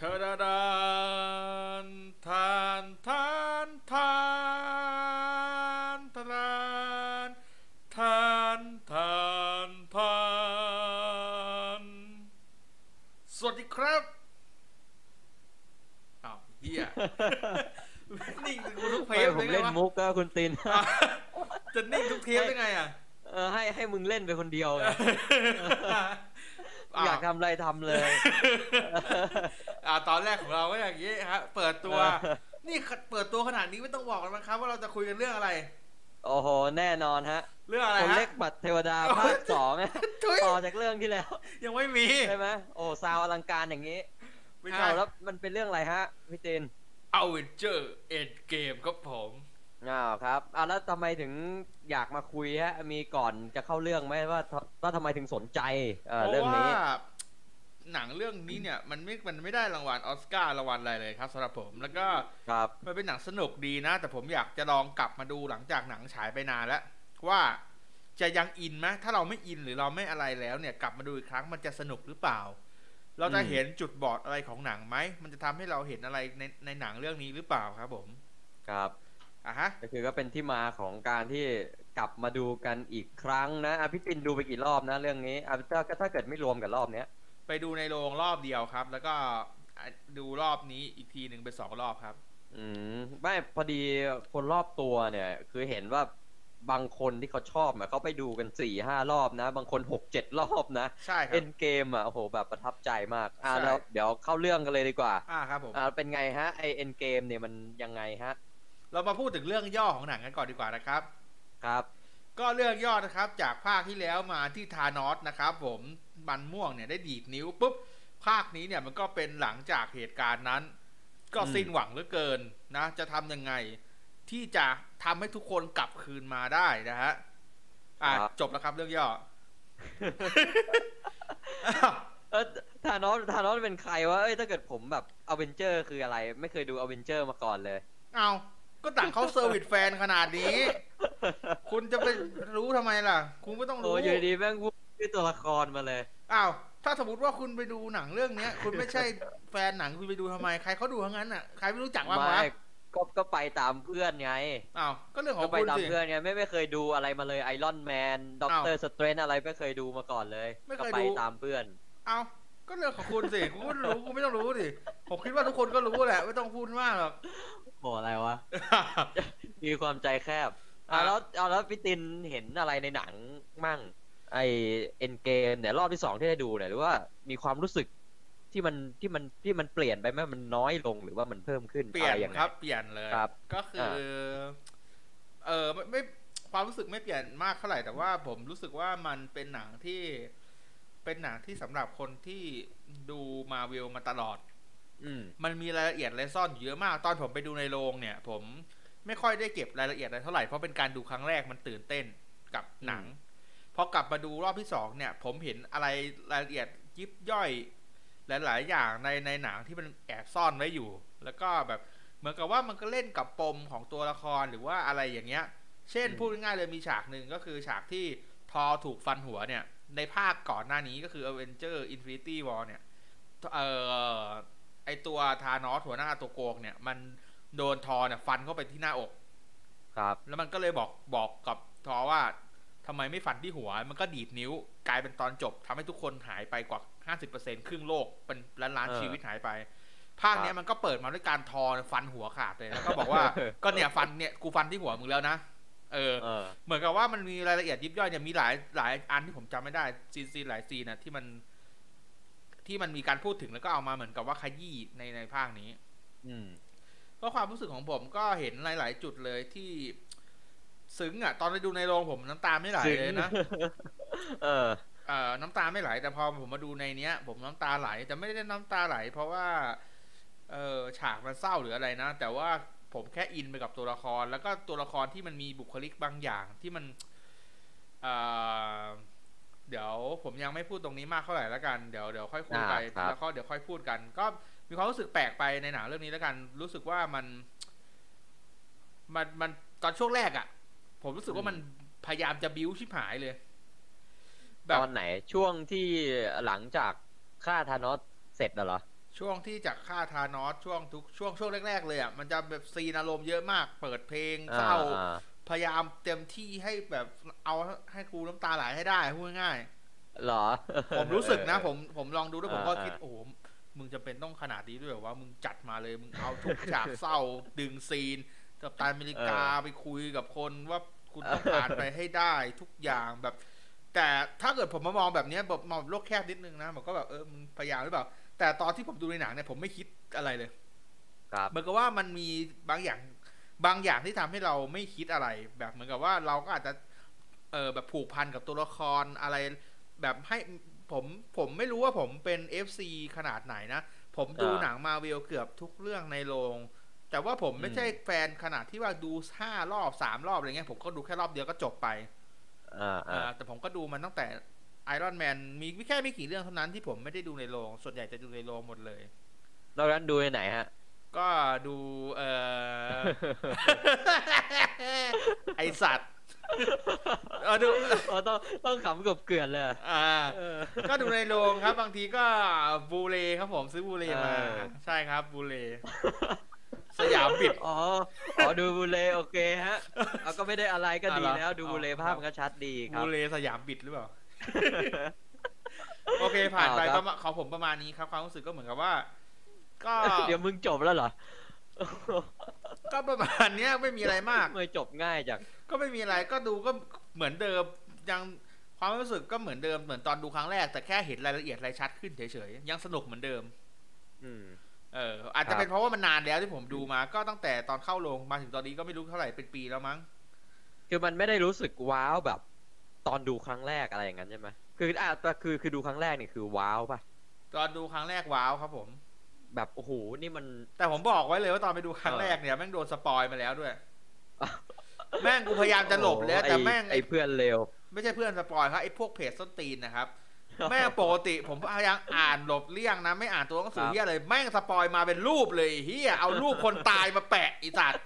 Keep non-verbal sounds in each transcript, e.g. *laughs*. ทะดาดานทานทานทานทานทานทานทานสวัสดีครับอ้าวเฮีย *laughs* นิ่งกูทุกเพ ไม่ ลง ผมเล่นมุกก็คุณติน *laughs* จะนิ่งทุกเทปได้ไงอ่ะ เออให้ให้มึงเล่นไปคนเดียวไง ว อยากทำอะไรทำเลย อ่าตอนแรกของเราก็อย่างนี้ฮะเปิดตัว เออ นี่เปิดตัวขนาดนี้ไม่ต้องบอกแล้วนะครับ ว่าเราจะคุยกันเรื่องอะไร โอ้โห แน่นอนฮะ เรื่องอะไร คน ฮะ เล็กบัตรเทวดาภาคสองอะ ถุย ต่อจากเรื่องที่แล้ว ยังไม่มี ใช่ไหมโอ้ซาวอลังการอย่างนี้ ไม่ใช่ เอาแล้วมันเป็นเรื่องอะไรฮะพี่ติน เอาเวนเจอร์เอ็นเกมครับผม อ้าวครับอ้าวแล้วทำไมถึงอยากมาคุยฮะ มีก่อนจะเข้าเรื่องไหมว่าทว่าทำไมถึงสนใจเอ่อ เพ เรื่อ ราะ ง ว่า นี้ หนังเรื่องนี้เนี่ย มันไม่มันไม่ได้รางวัลออสการ์รางวัลอะไรเลยครับสำหรับผมแล้วก็ ครับ มันเป็นหนังสนุกดีนะ แต่ผมอยากจะลองกลับมาดูหลังจากหนังฉายไปนานแล้ว ว่าจะยังอินไหมถ้าเราไม่อินหรือเราไม่อะไรแล้วเนี่ย กลับมาดูอีกครั้งมันจะสนุกหรือเปล่า เราจะ อืม เห็นจุดบอดอะไรของหนังไหมมันจะทำให้เราเห็นอะไรในในหนังเรื่องนี้หรือเปล่าครับ ผม ครับ อ่ะฮะ ก็คือก็เป็นที่มาของการที่กลับมาดูกันอีกครั้งนะอ่ะพี่ตินดูไปกี่รอบนะเรื่องนี้อ่ะถ้าถ้าเกิดไม่รวมกับรอบเนี้ย ไปดูในโรงรอบเดียวครับ แล้วก็อ่ะดูรอบนี้อีกทีหนึ่งเป็นสองรอบครับ อืมไม่พอดีคนรอบตัวเนี่ย คือเห็นว่าบางคนที่เขาชอบอ่ะเขาไปดูกันสี่ห้ารอบนะ บางคนหกเจ็ดรอบนะ ใช่ครั เอ็ บ นเกมอ่ะโอ้โหแบบประทับใจมากอ่ะ ใช่ แล้วเดี๋ยวเข้าเรื่องกันเลยดีกว่า อ่าครับผม อ่ะเป็นไงฮะไอเอ็นเกมเนี่ยมันยังไงฮะ เรามาพูดถึงเรื่องย่อของหนังกันก่อนดีกว่านะครับ ครับ ก็เรื่องย่อนะครับ จากภาคที่แล้วมาที่ธานอสนะครับผมมันม่วงเนี่ยได้ดีดนิ้วปุ๊บภาคนี้เนี่ยมันก็เป็นหลังจากเหตุการณ์นั้น ก็สิ้นหวังเหลือเกินนะ จะทำยังไง ที่จะทำให้ทุกคนกลับคืนมาได้นะฮะอ่าจบแล้วครับเรื่อง *laughs* ย่อ อ้าว เออทานอสทานอสเป็นใครวะเอ้ยถ้าเกิดผมแบบอเวนเจอร์คืออะไร ไม่เคยดูอเวนเจอร์มาก่อนเลย เอาก็ต่างเขาเซอร์วิสแฟนขนาดนี้ คุณจะไปรู้ทำไมล่ะ คุณก็ต้อง โอ้ รู้ อยู่ดีแม่งวูบชื่อตัวละครมาเลย อ้าว ถ้าสมมติว่าคุณไปดูหนังเรื่องเนี้ย คุณไม่ใช่แฟนหนังคุณไปดูทำไม ใครเขาดูทั้งนั้นอ่ะ ใครไม่รู้จักว่างวะ ไม่ก็ก็ไปตามเพื่อนไง อ้าว ก็เรื่องขอ ก็ ง ไป คุณ ตาม สิ เพื่อนไง ไม่ไม่เคยดูอะไรมาเลยไอรอนแมนด็อกเตอร์สเตรนอะไรไม่เคยดูมาก่อนเลย ไม่ ก็ เคย ไป ดู ตามเพื่อน อ้าวก็เรื่องของคุณสิ คุณก็รู้คุณไม่ต้องรู้สิ ผมคิดว่าทุกคนก็รู้แหละ ไม่ต้องพูดมากหรอก *laughs* โหอะไรวะ มีความใจแคบอ่ะ อ่ะ แล้วเอาแล้วพี่ตินเห็นอะไรในหนังมั่ง ไอเอ็นเกมเนี่ยรอบที่สองที่ได้ดูเนี่ยหรือว่ามีความรู้สึกที่มันที่มันที่มันเปลี่ยนไปไหมมันน้อยลงหรือว่ามันเพิ่มขึ้น เปลี่ยน อะไรางไง ครับ เปลี่ยนเลย ครับ ก็คือ เออไม่ไม่ความรู้สึกไม่เปลี่ยนมากเท่าไหร่แต่ว่าผมรู้สึกว่ามันเป็นหนังที่ เป็นหนังที่สำหรับคนที่ดูมาวิลมาตลอด ืม มันมีรายละเอียดอะไรซ่อนอยู่เยอะมาก ตอนผมไปดูในโรงเนี่ย ผมไม่ค่อยได้เก็บรายละเอียดอะไรเท่าไหร่เพราะเป็นการดูครั้งแรกมันตื่นเต้นกับหนังพอกลับมาดูรอบที่สองเนี่ย ผมเห็นอะไรรายละเอียดยิบย่อย หลาย ๆ อย่างในในหนังที่มันแอบซ่อนไว้อยู่ แล้วก็แบบเหมือนกับว่ามันก็เล่นกับปมของตัวละครหรือว่าอะไรอย่างเงี้ย เช่นพูดง่ายๆเลยมีฉากหนึ่งก็คือฉากที่ทอถูกฟันหัวเนี่ย ในภาคก่อนหน้านี้ก็คือ Avenger Infinity War เนี่ยเอ่อ ไอตัวธานอสหัวหน้าตัวโกงเนี่ย มันโดนทอเนี่ยฟันเข้าไปที่หน้าอก ครับ แล้วมันก็เลยบอกบอกกับทอว่าทำไมไม่ฟันที่หัว มันก็ดีดนิ้ว กลายเป็นตอนจบทำให้ทุกคนหายไปกว่า 50%ครึ่งโลกเป็นล้านล้าน เออ ชีวิตหายไป ภาคเนี้ ครั ย บ มันก็เปิดมาด้วยการทอฟันหัวขาดเลยแล้วก็บอกว่า เออ ก็เนี่ยฟันเนี่ยกูฟันที่หัวมึงแล้วนะเออ เออ เหมือนกับว่ามันมีรายละเอียดยิบย่อยเนี่ยมีหลายหลายอันที่ผมจำไม่ได้ซีนซีนหลายซีนนะที่มันที่มันมีการพูดถึงแล้วก็เอามาเหมือนกับว่าขยี้ในในภาคนี้ อืม ก็ความรู้สึกของผมก็เห็นหลาย ๆ จุดเลยที่ซึ้งอ่ะ ตอนไปดูในโรงผมน้ำตาไม่ไหลเลยนะ เออ เอ่อน้ำตาไม่ไหล แต่พอผมมาดูในเนี้ย ผมน้ำตาไหลแต่ไม่ได้น้ำตาไหล เพราะว่าเออฉากมันเศร้าหรืออะไรนะ แต่ว่าผมแค่อินไปกับตัวละคร แล้วก็ตัวละครที่มันมีบุคลิกบางอย่างที่มันเอ่อเดี๋ยวผมยังไม่พูดตรงนี้มากเท่าไหร่แล้วกันเดี๋ยวเดี๋ยวค่อยคุยไป อ่าครับ แล้วก็เดี๋ยวค่อยพูดกัน ก็มีความรู้สึกแปลกไปในหนังเรื่องนี้แล้วกัน รู้สึกว่ามัน มันมันตอนช่วงแรกอะ่ะ ผมรู้สึกว่ามันพยายามจะบิ้วชิบหายเลย ตอนไหนช่วงที่หลังจากฆ่าธานอสเสร็จน่ะเหรอ ช่วงที่จากฆ่าทานอสช่วงทุกช่วงช่วงแรก ๆ เลยอ่ะมันจะแบบซีนอารมณ์เยอะมาก เปิดเพลงเศร้า อ่า พยายามเต็มที่ให้แบบเอาให้กูน้ำตาไหลให้ได้พูดง่าย เหรอ *laughs* ๆ ผมรู้สึกนะ ผมผมลองดูแล้วผมก็ อ่า คิด อ่า โอ้โหมึงจะเป็นต้องขนาดนี้ด้วยเหรอว่ามึงจัดมาเลยมึงเอาทุกฉากเศร้า ดึงซีนกับตาอเมริกาไปคุยกับคนว่าคุณต้องผ่านไปให้ได้ทุกอย่างแบบ แต่ถ้าเกิดผมมามองแบบเนี้ยแบบมองโลกแคบนิดนึงนะผมก็แบบเออมึงพยายามหรือเปล่า แต่ตอนที่ผมดูในหนังเนี่ยผมไม่คิดอะไรเลย ครับ เหมือนกับว่ามันมีบางอย่างบางอย่างที่ทำให้เราไม่คิดอะไร แบบเหมือนกับว่าเราก็อาจจะเออแบบผูกพันกับตัวละครอะไร แบบให้ผมผมไม่รู้ว่าผมเป็น FC ขนาดไหนนะ ผมดู อ่า หนังมาเวลเกือบทุกเรื่องในโรง แต่ว่าผมไม่ อืม ใช่แฟนขนาดที่ว่าดูห้ารอบสามรอบอะไรเงี้ยผมก็ดูแค่รอบเดียวก็จบไป อ่าอ่า อ่าแต่ผมก็ดูมันตั้งแต่ไอรอนแมนมีแค่ไม่กี่เรื่องเท่านั้นที่ผมไม่ได้ดูในโรง ส่วนใหญ่จะดูในโรงหมดเลย นอกจากนั้นดูในไหนฮะ ก็ดูเออ *laughs* ไอสัตว์เออดู เออต้องต้องขำเกือบเกลือนเลยอะ อ่า เออ ก็ดูในโรงครับ บางทีก็บูเลครับผมซื้อบูเลมา เออ ใช่ครับบู *laughs* เล สยามบิด อ๋ออ๋อดูบูเลโอเคฮะเอาก็ไม่ได้อะไรก็ดี อ่ะเหรอ แล้วดูบูเล อ๋อ ภาพมันก็ชัดดีครับ บูเลสยามบิดหรือเป *laughs* ล่า โอเคผ่านไป เอาคปรับระมาณของผมประมาณนี้ครับ ความรู้สึกก็เหมือนกับว่า ก็ เดี๋ยวมึงจบแล้วเหรอ ก็ประมาณเนี้ยไม่มีอะไรมาก ทำไม่จบง่ายจาก ก็ไม่มีอะไรก็ดูก็เหมือนเดิมยังความรู้สึกก็เหมือนเดิมเหมือนตอนดูครั้งแรก แต่แค่เห็นรายละเอียดอะไรชัดขึ้นเฉยๆยังสนุกเหมือนเดิม อืม เอออาจ ครั จะ บ เป็นเพราะว่ามันนานแล้วที่ผมดูมา ก็ตั้งแต่ตอนเข้าโรงมาถึงตอนนี้ก็ไม่รู้เท่าไหร่เป็นปีแล้วมั้ง คือมันไม่ได้รู้สึกว้าวแบบ ตอนดูครั้งแรกอะไรอย่างนั้นใช่ไหมคืออ่ะแต่คือคือดูครั้งแรกเนี่ยคือว้าวป่ะ ตอนดูครั้งแรกว้าวครับผม แบบโอ้โหนี่มัน แต่ผมบอกไว้เลยว่าตอนไปดูครั้ง เออ แรกเนี่ยแม่งโดนสปอยมาแล้วด้วย *laughs* แม่งกูพยายามจะหลบแล้วแต่ โอ้โหไอ้ แม่ง ไอ้เพื่อนเร็ว ไม่ใช่เพื่อนสปอยครับไอ้พวกเพจส้นตีน *laughs* นะครับ แม่งปกติผมพยายามอ่านหลบเลี่ยงนะ ไม่อ่านตัวหนังสือ ครับ เฮียเลยแม่งสปอยมาเป็นรูปเลยเฮียเอารูปคนตายมาแปะอีสัตว์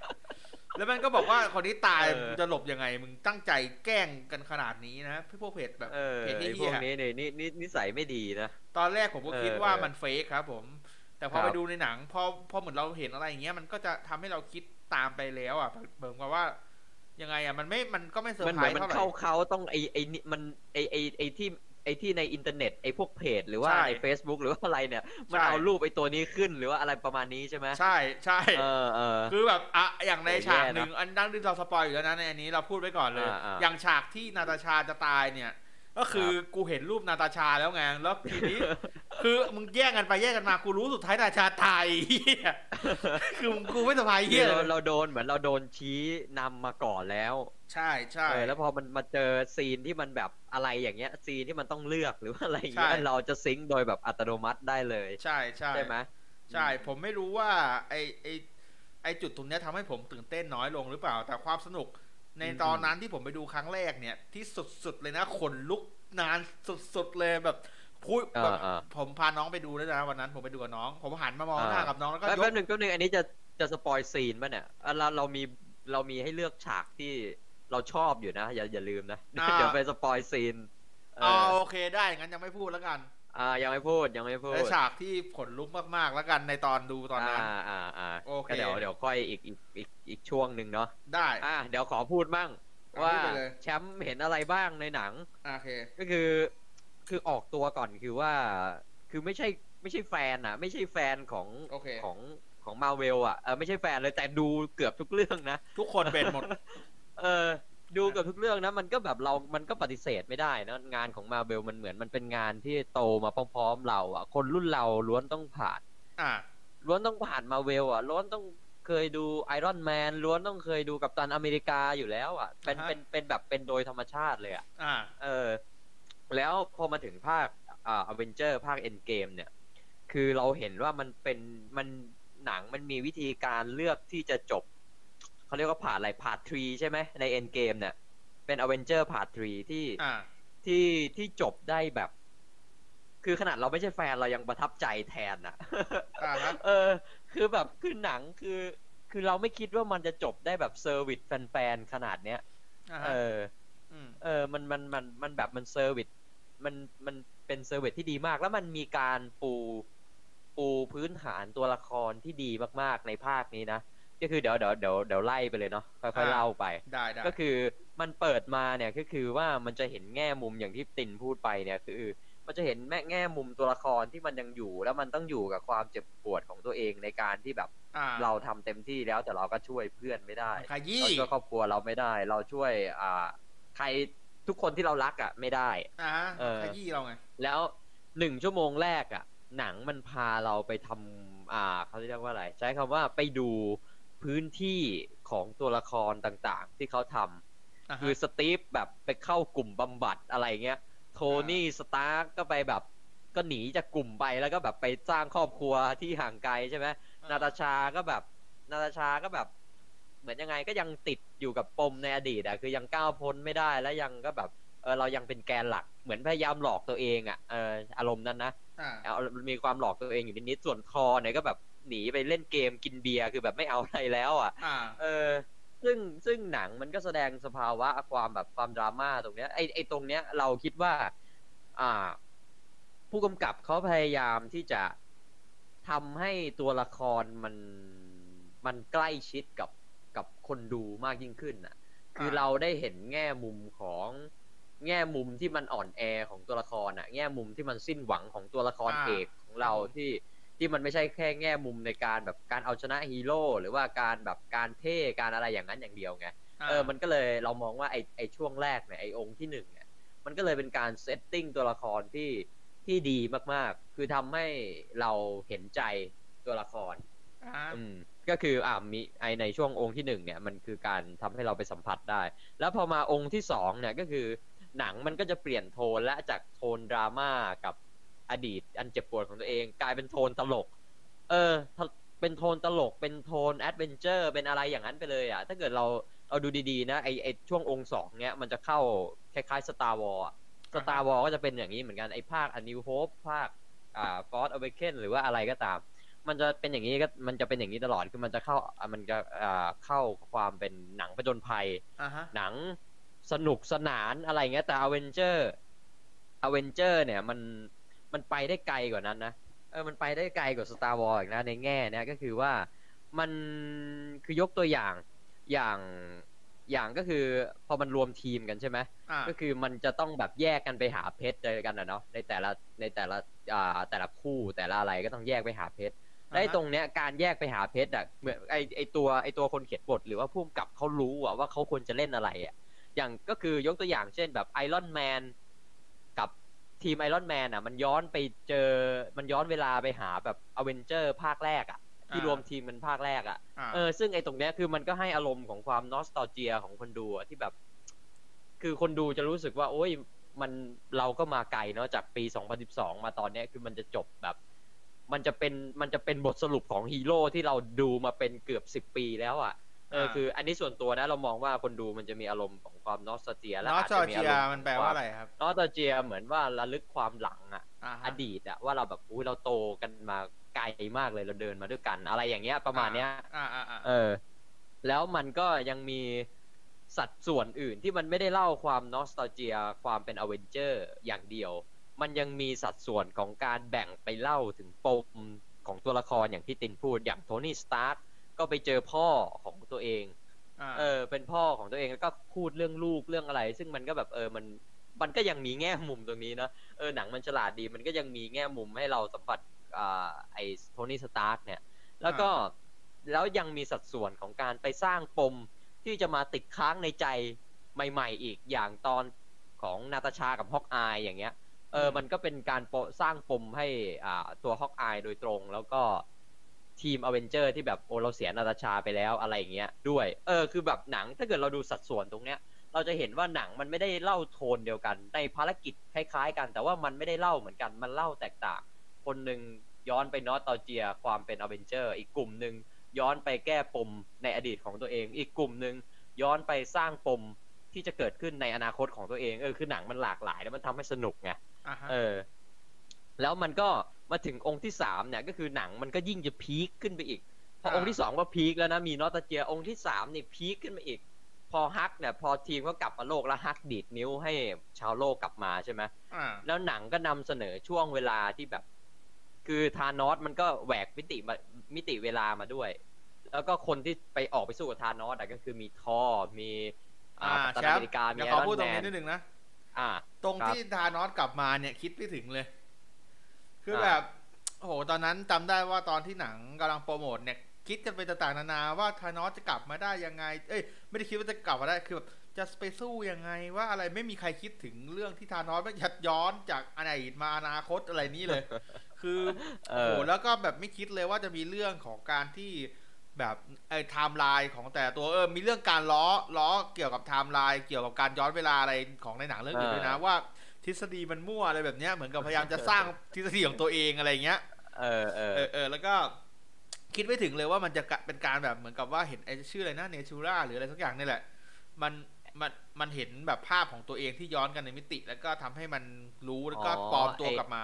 แล้วมันก็บอกว่าคนนี้ตายมึงจะหลบยังไง มึงตั้งใจแกล้งกันขนาดนี้นะพี่พวกเพจแบบ เออ เพจที่ ไอ้ เหี้ พวย กนี้เนี่ยนี่นี่นิสัยไม่ดีนะ ตอนแรกผมก็ เออ คิดว่า เออ มันเฟกครับผม แต่พอ ครับ ไปดูในหนังพอพอเหมือนเราเห็นอะไรอย่างเงี้ยมันก็จะทำให้เราคิดตามไปแล้วอ่ะเหมือนกับว่า ยังไงอ่ะมันไม่มันก็ไม่เซอร์ มัน ไพ เห ร มือน ส์ มัน เท่าไหร่ เข้าเขาต้องไอไอนี่มันไอไอไอที่ไอที่ในอินเทอร์เน็ตไอพวกเพจหรือว่า ใช่ ใน Facebook หรือว่าอะไรเนี่ย มัน ใช่ เอารูปไอตัวนี้ขึ้นหรือว่าอะไรประมาณนี้ใช่ไหม ใช่ใช่ เออเออ คือแบบอ่ะอย่างใน โอ้ย ฉาก แย่นะ หนึ่งอันดั้งที่เราสปอยอยู่แล้วนะในอันนี้เราพูดไว้ก่อนเลย อ่าอ่า อย่างฉากที่นาตาชาจะตายเนี่ย ก็คือกูเห็นรูปนาตาชาแล้วไงแล้วที *laughs* นี้ คือมึงแย่งกันไปแย่งกันมากูรู้สุดท้ายนาตาชาตายเหี้ *laughs* ยคือมึงกูไม่สบายเฮี คือย เรา เลย เราโดนเหมือนเราโดนชี้นำมาก่อนแล้ว ใช่ใช่ เออแล้วพอมันมาเจอซีนที่มันแบบอะไรอย่างเงี้ย ซีนที่มันต้องเลือกหรือว่าอะไรอย่างเงี้ ใช่ ยเราจะซิงค์โดยแบบอัตโนมัติได้เลย ใช่ใช่ ใช่ไหม ใช่ ผมไม่รู้ว่าไอไอไอจุดตรงเนี้ยทำให้ผมตื่นเต้นน้อยลงหรือเปล่า แต่ความสนุกใน อืม ตอนนั้นที่ผมไปดูครั้งแรกเนี่ย ที่สุดๆเลยนะขนลุกนานสุดๆเลยแบบพูด เอ แบบ อเออ ผมพาน้องไปดูด้วยนะวันนั้นผมไปดูกับน้อง ผมหันมามอง อ่า หน้ากับน้องแล้วก็ แป๊บ ยกแป๊บหนึ่งแป๊บหนึ่งอันนี้จะจะสปอยซีนป่ะเนี่ยอ่ะเราเรามีเรามีให้เลือกฉากที่เราชอบอยู่นะ อย่าอย่าลืมนะ *laughs* เดี๋ยวไปสปอยซีนเอ อ๋อ อ โอเคได้งั้นยังไม่พูดแล้วกัน อ่ายังไม่พูดยังไม่พูด ในฉากที่ขนลุกมากๆแล้วกันในตอนดูตอนนั้น อ่าอ่าอ่า โอเค ก็เดี๋ยวเดี๋ยวค่อยอีกอีกอีกอีกช่วงหนึ่งเนาะ ได้ อ่าเดี๋ยวขอพูดมั่ง อ่ะ ว่า พูดไปเลย แชมป์เห็นอะไรบ้างในหนัง โอเค ก็คือคือออกตัวก่อนคือว่า คือไม่ใช่ไม่ใช่แฟนอ่ะ ไม่ใช่แฟนของ โอเค ของของมาเวลอ่ะเออไม่ใช่แฟนเลยแต่ดูเกือบทุกเรื่องนะ ทุกคนเป็นหมด เออดูเกับทุกเรื่องนะ มันก็แบบเรา มันก็ปฏิเสธไม่ได้นะ งานของมาเบลมันเหมือนมันเป็นงานที่โตมาพร้อมๆเราอะคนรุ่นเราล้วนต้องผ่าน อ่า ล้วนต้องผ่านมาเวลอะล้วนต้องเคยดูไอรอนแมนล้วนต้องเคยดูกัปตันอเมริกาอยู่แล้วอะเป็น อ่าฮะ เป็นเป็นแบบเป็นโดยธรรมชาติเลยอะ อ่า เออ แล้วพอมาถึงภาคอ่าอเวนเจอร์ภาคเอ็นเกมเนี่ย คือเราเห็นว่ามันเป็นมันหนังมันมีวิธีการเลือกที่จะจบ เขาเรียกว่าผ่านอะไรผ่านทรีใช่ไหมในเอ็นเกมเนี่ย เป็นอเวนเจอร์ผ่านทรีที่ อ่า ที่ที่จบได้แบบ คือขนาดเราไม่ใช่แฟนเรายังประทับใจแทนอะ *laughs* อ่าครับ เออ คือแบบคือหนังคือ คือเราไม่คิดว่ามันจะจบได้แบบเซอร์วิสแฟนๆขนาดเนี้ย อ่า เอ ฮะ อ ม เออ มัน มัน มัน มันแบบ มันเซอร์วิส มัน มันเป็นเซอร์วิสที่ดีมาก แล้วมันมีการปู ปูพื้นฐานตัวละครที่ดีมากๆในภาคนี้นะ ก็คือเดี๋ยวเดี๋ยวเดี๋ยวเดี๋ยวไล่ไปเลยเนาะค่อยๆ อ่า เล่าไป ได้ได้ ก็คือมันเปิดมาเนี่ยก็คือว่ามันจะเห็นแง่มุมอย่างที่ตินพูดไปเนี่ยคือ มันจะเห็นแม่แง่มุมตัวละครที่มันยังอยู่ แล้วมันต้องอยู่กับความเจ็บปวดของตัวเองในการที่แบบ อ่า เราทำเต็มที่แล้วแต่เราก็ช่วยเพื่อนไม่ได้ ขยี้ เราช่วยครอบครัวเราไม่ได้ เราช่วยอ่าใครทุกคนที่เรารักอ่ะไม่ได้ อ่าฮะ เออ ขยี้เราไง แล้วหนึ่งชั่วโมงแรกอ่ะ หนังมันพาเราไปทำอ่าเขาเรียกว่าอะไร ใช้คำว่าไปดูพื้นที่ของตัวละครต่างๆ ที่เขาทำ อ่าฮะ คือสตีฟแบบไปเข้ากลุ่มบำบัดอะไรเงี้ย โทนี่สตาร์กก็ไปแบบก็หนีจากกลุ่มไปแล้วก็แบบไปสร้างครอบครัวที่ห่างไกลใช่ไหมนาตาชาก็แบบนาตาชาก็แบบ เหมือนยังไงก็ยังติดอยู่กับปมในอดีตอะคือยังก้าวพ้นไม่ได้แล้วยังก็แบบเออเรายังเป็นแกนหลักเหมือนพยายามหลอกตัวเองอะเอออารมณ์นั้นนะ อ่า เอามีความหลอกตัวเองอยู่นิดๆส่วนคอเนี่ยก็แบบหนีไปเล่นเกมกินเบียร์คือแบบไม่เอาอะไรแล้วอะ อ่า เออซึ่งซึ่งหนังมันก็แสดงสภาวะความแบบความดราม่าตรงเนี้ยไอไอตรงเนี้ยเราคิดว่า อ่า ผู้กำกับเขาพยายามที่จะทำให้ตัวละครมันมันใกล้ชิดกับกับคนดูมากยิ่งขึ้นน่ะ คือเราได้เห็นแง่มุมของแง่มุมที่มันอ่อนแอของตัวละครอ่ะ แง่มุมที่มันสิ้นหวังของตัวละคร อ่า เอกของเราที่ที่มันไม่ใช่แค่แง่มุมในการแบบการเอาชนะฮีโร่หรือว่าการแบบการเท่การอะไรอย่างนั้นอย่างเดียวไง เออ มันก็เลยเรามองว่าไอไอช่วงแรกเนี่ยไอองค์ที่หนึ่งเนี่ย มันก็เลยเป็นการเซตติ้งตัวละครที่ที่ดีมากๆ คือทำให้เราเห็นใจตัวละคร อ่า อืมก็คืออ่ามีไอในช่วงองค์ที่หนึ่งเนี่ยมันคือการทำให้เราไปสัมผัสได้ แล้วพอมาองค์ที่สองเนี่ยก็คือหนังมันก็จะเปลี่ยนโทนและจากโทนดราม่ากับอดีตอันเจ็บปวดของตัวเอง กลายเป็นโทนตลก เออถ้าเป็นโทนตลกเป็นโทนแอดเวนเจอร์เป็นอะไรอย่างนั้นไปเลยอ่ะถ้าเกิดเราเราดูดีๆนะไอไอช่วงองค์สองเนี่ยมันจะเข้าคล้ายๆสตาร์วอลสตาร์วอลก็จะเป็นอย่างนี้เหมือนกันไอภาคอนิวโฮปภาคอ่าฟอร์ดอเวเคนหรือว่าอะไรก็ตาม มันจะเป็นอย่างนี้ก็มันจะเป็นอย่างนี้ตลอดคือมันจะเข้าอ่ะมันจะอ่าเข้าความเป็นหนังผจญภัย อ่าฮะ หนังสนุกสนานอะไรเงี้ยแต่อเวนเจอร์อเวนเจอร์เนี่ยมันมันไปได้ไกลกว่านั้นนะเออมันไปได้ไกลกว่า Star Wars อีกนะในแง่เนี้ยก็คือว่ามันคือยกตัวอย่างอย่างอย่างก็คือพอมันรวมทีมกันใช่ไหม อ่า ก็คือมันจะต้องแบบแยกกันไปหาเพชรเจอกันนะเนาะในแต่ละในแต่ละอ่าแต่ละคู่แต่ละอะไรก็ต้องแยกไปหาเพชรและไอ้ตรงเนี้ยการแยกไปหาเพชรอ่ะเหมือนไอไอตัวไอตัวคนเขียนบทหรือว่าผู้กำกับเขารู้อะว่าเขาควรจะเล่นอะไรอ่ะอย่างก็คือยกตัวอย่างเช่นแบบไอรอนแมนกับทีมไอรอนแมนอ่ะมันย้อนไปเจอมันย้อนเวลาไปหาแบบอเวนเจอร์ภาคแรกอ่ะที่รวมทีมมันภาคแรกอ่ะ า เออซึ่งไอ้ตรงเนี้ยคือมันก็ให้อารมณ์ของความนอสตาเจียของคนดูอะที่แบบ คือคนดูจะรู้สึกว่า โอ้ยมันเราก็มาไกลเนาะจากปี 2012 มาตอนเนี้ยคือมันจะจบแบบ มันจะเป็นมันจะเป็นบทสรุปของฮีโร่ที่เราดูมาเป็นเกือบ 10 ปีแล้วอะ่ะเออคือ อันนี้ส่วนตัวนะเรามองว่าคนดูมันจะมีอารมณ์ของความนอสตาเจียและ นอ อาจ จอ จะ ร์ มี เจี อาร ย มณ์ มันแปลว่าอะไรครับ นอสตาเจียเหมือนว่าระลึกความหลังอ่ะ อ่าฮะ อดีตอะว่าเราแบบอุ้ยเราโตกันมาไกลมากเลยเราเดินมาด้วยกัน อะไรอย่างเงี้ยประมาณเนี้ย อ่าอ่าอ่า เออ แล้วมันก็ยังมีสัดส่วนอื่นที่มันไม่ได้เล่าความนอสตาเจียความเป็นอเวนเจอร์อย่างเดียว มันยังมีสัดส่วนของการแบ่งไปเล่าถึงปมของตัวละครอย่างที่ตินพูดอย่างโทนี่สตาร์ก็ไปเจอพ่อของตัวเอง อ่า เออ เป็นพ่อของตัวเองแล้วก็พูดเรื่องลูกเรื่องอะไร ซึ่งมันก็แบบเออมันมันก็ยังมีแง่มุมตรงนี้เนอะเออหนังมันฉลาดดีมันก็ยังมีแง่มุมให้เราสัมผัสอ่าไอโทนี่สตาร์กเนี่ย แล้วก็แล้วยังมีสัดส่วนของการไปสร้างปมที่จะมาติดค้างในใจใหม่ ๆ อีกอย่างตอนของนาตาชากับฮอกอายอย่างเงี้ย เออ มันก็เป็นการโปะสร้างปมให้อ่าตัวฮอกอายโดยตรง แล้วก็ทีมอเวนเจอร์ที่แบบโอเราเสียนาตาชาไปแล้วอะไรอย่างเงี้ยด้วย เออ คือแบบหนังถ้าเกิดเราดูสัดส่วนตรงเนี้ย เราจะเห็นว่าหนังมันไม่ได้เล่าโทนเดียวกัน ในภารกิจคล้ายๆ กัน แต่ว่ามันไม่ได้เล่าเหมือนกัน มันเล่าแตกต่าง คนหนึ่งย้อนไปนอตตอเจียความเป็นอเวนเจอร์ อีกกลุ่มหนึ่งย้อนไปแก้ปมในอดีตของตัวเอง อีกกลุ่มหนึ่งย้อนไปสร้างปมที่จะเกิดขึ้นในอนาคตของตัวเอง เออ คือหนังมันหลากหลายแล้วมันทำให้สนุกไง อ่าฮะ เออ แล้วมันก็มาถึงองค์ที่สามเนี่ยก็คือหนังมันก็ยิ่งจะพีคขึ้นไปอีก พออา องค์ที่สองก็พีคแล้วนะมีนอตเจียองค์ที่สามนี่พีคขึ้นมาอีก พอฮักเนี่ยพอทีมก็กลับมาโลกแล้วฮักดีดนิ้วให้ชาวโลกกลับมาใช่ไหม อ่า แล้วหนังก็นำเสนอช่วงเวลาที่แบบ คือธานอสมันก็แหวกมิติมามิติเวลามาด้วย แล้วก็คนที่ไปออกไปสู้กับธานอสอะก็คือมีทอร์มีอ่า อ่า กัป แชมตันป์อเมริกามี เดี๋ยว ไอ ขอ รอ พูด น ต แม รงนี้ น นิดนึงนะ อ่า ตรง ครับ ที่ธานอสกลับมาเนี่ยคิดไม่ถึงเลย คืออา แบบ โอ้โห ตอนนั้นจำได้ว่าตอนที่หนังกำลังโปรโมทเนี่ย คิดกันไปต่างๆนานาว่าธานอสจะกลับมาได้ยังไง เอ้ย ไม่ได้คิดว่าจะกลับมาได้ คือแบบจะไปสู้ยังไงว่าอะไรไม่มีใครคิดถึงเรื่องที่ธานอส *laughs* มันยัดย้อนจากอดีตมาอนาคตอะไรนี้เลย คือ เอ โอ้โห อ แล้วก็แบบไม่คิดเลยว่าจะมีเรื่องของการที่แบบไอ้ไทม์ไลน์ของแต่ตัวเออมีเรื่องการล้อล้อเกี่ยวกับไทม์ไลน์เกี่ยวกับการย้อนเวลาอะไรของในหนังเรื่องนี้ด้วยนะว่าทฤษฎีมันมั่วอะไรแบบเนี้ยเหมือนกับพยายามจะสร้างทฤษฎีของตัวเองอะไรอย่างเงี้ย เออเออ เออเออแล้วก็คิดไม่ถึงเลยว่ามันจะกะเป็นการแบบเหมือนกับว่าเห็นไอ้ชื่ออะไรนะเนชูราหรืออะไรสักอย่างนี่แหละ มันมันมันเห็นแบบภาพของตัวเองที่ย้อนกันในมิติ แล้วก็ทำให้มันรู้แล้วก็ อ๋อ ปลอมตัว ไอ้ กลับมา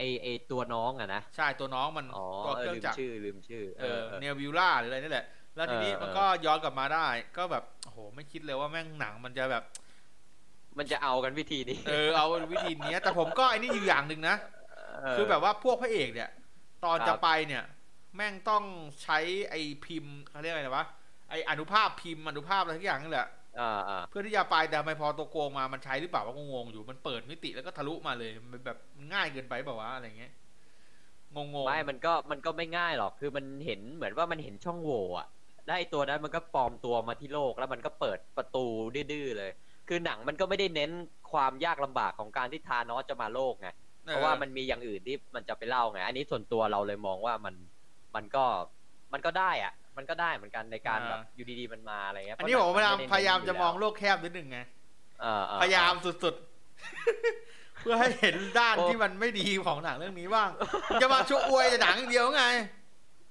ไอไอตัวน้องอะนะ ใช่ตัวน้องมัน อ๋อ ตัว เอ เครื่องอลืม จักร ชื่อลืมชื่อ เออเนวิลล่าหรืออะไรนี่แหละ แล้วทีนี้ เออ มันก็ย้อนกลับมาได้ ก็แบบโอ้โหไม่คิดเลยว่าแม่งหนังมันจะแบบ มันจะเอากันวิธีนี้ เอ *laughs* อเอาวิธีเนี้ย แต่ผมก็ไอ้นี่อยู่อย่างหนึ่งนะ เ คือแบบว่าพวกพระเอกเนี่ย ตอน ครั จะ บ ไปเนี่ย แม่งต้องใช้ไอ้พิมพ์เขาเรียกอะไรนะวะไอ้อนุภาพพิมพ์อนุภาพอะไรทุกอย่างนี่แหละ อ่าอ่า เพื่อที่จะไปแต่ทำไมพอตัวโกงมามันใช้หรือเปล่าว่าก็งงอยู่มันเปิดมิติแล้วก็ทะลุมาเลยมันแบบง่ายเกินไปเปล่าวะอะไรเงี้ยงงๆ ไม่มันก็มันก็ไม่ง่ายหรอกคือมันเห็นเหมือนว่ามันเห็นช่องโหว่อะได้วไอ้ตัวนั้นมันก็ปลอมตัวมาที่โลกแล้วมันก็เปิดประตูดื้อๆเลย คือหนังมันก็ไม่ได้เน้นความยากลำบากของการที่ทานอสจะมาโลกไง ออ เพราะว่ามันมีอย่างอื่นที่มันจะไปเล่าไง อันนี้ส่วนตัวเราเลยมองว่ามันมันก็มันก็ได้อะมันก็ได้เหมือนกันในการ อ่า แบบอยู่ดีๆมันมาอะไรเงี้ย อันนี้ผมพยายามพยายามจะมอง เ โลกแคบนิดหนึ่งไง พราะหนังน พ ไได้เน้นอยู่แล้วเออเออ ยายามสุดๆ *laughs* เพื่อให้เห็นด้าน โอ้ ที่มันไม่ดีของหนังเรื่องนี้บ้าง จะมาช่วยอวยแต่หนังอย่างเดียวไง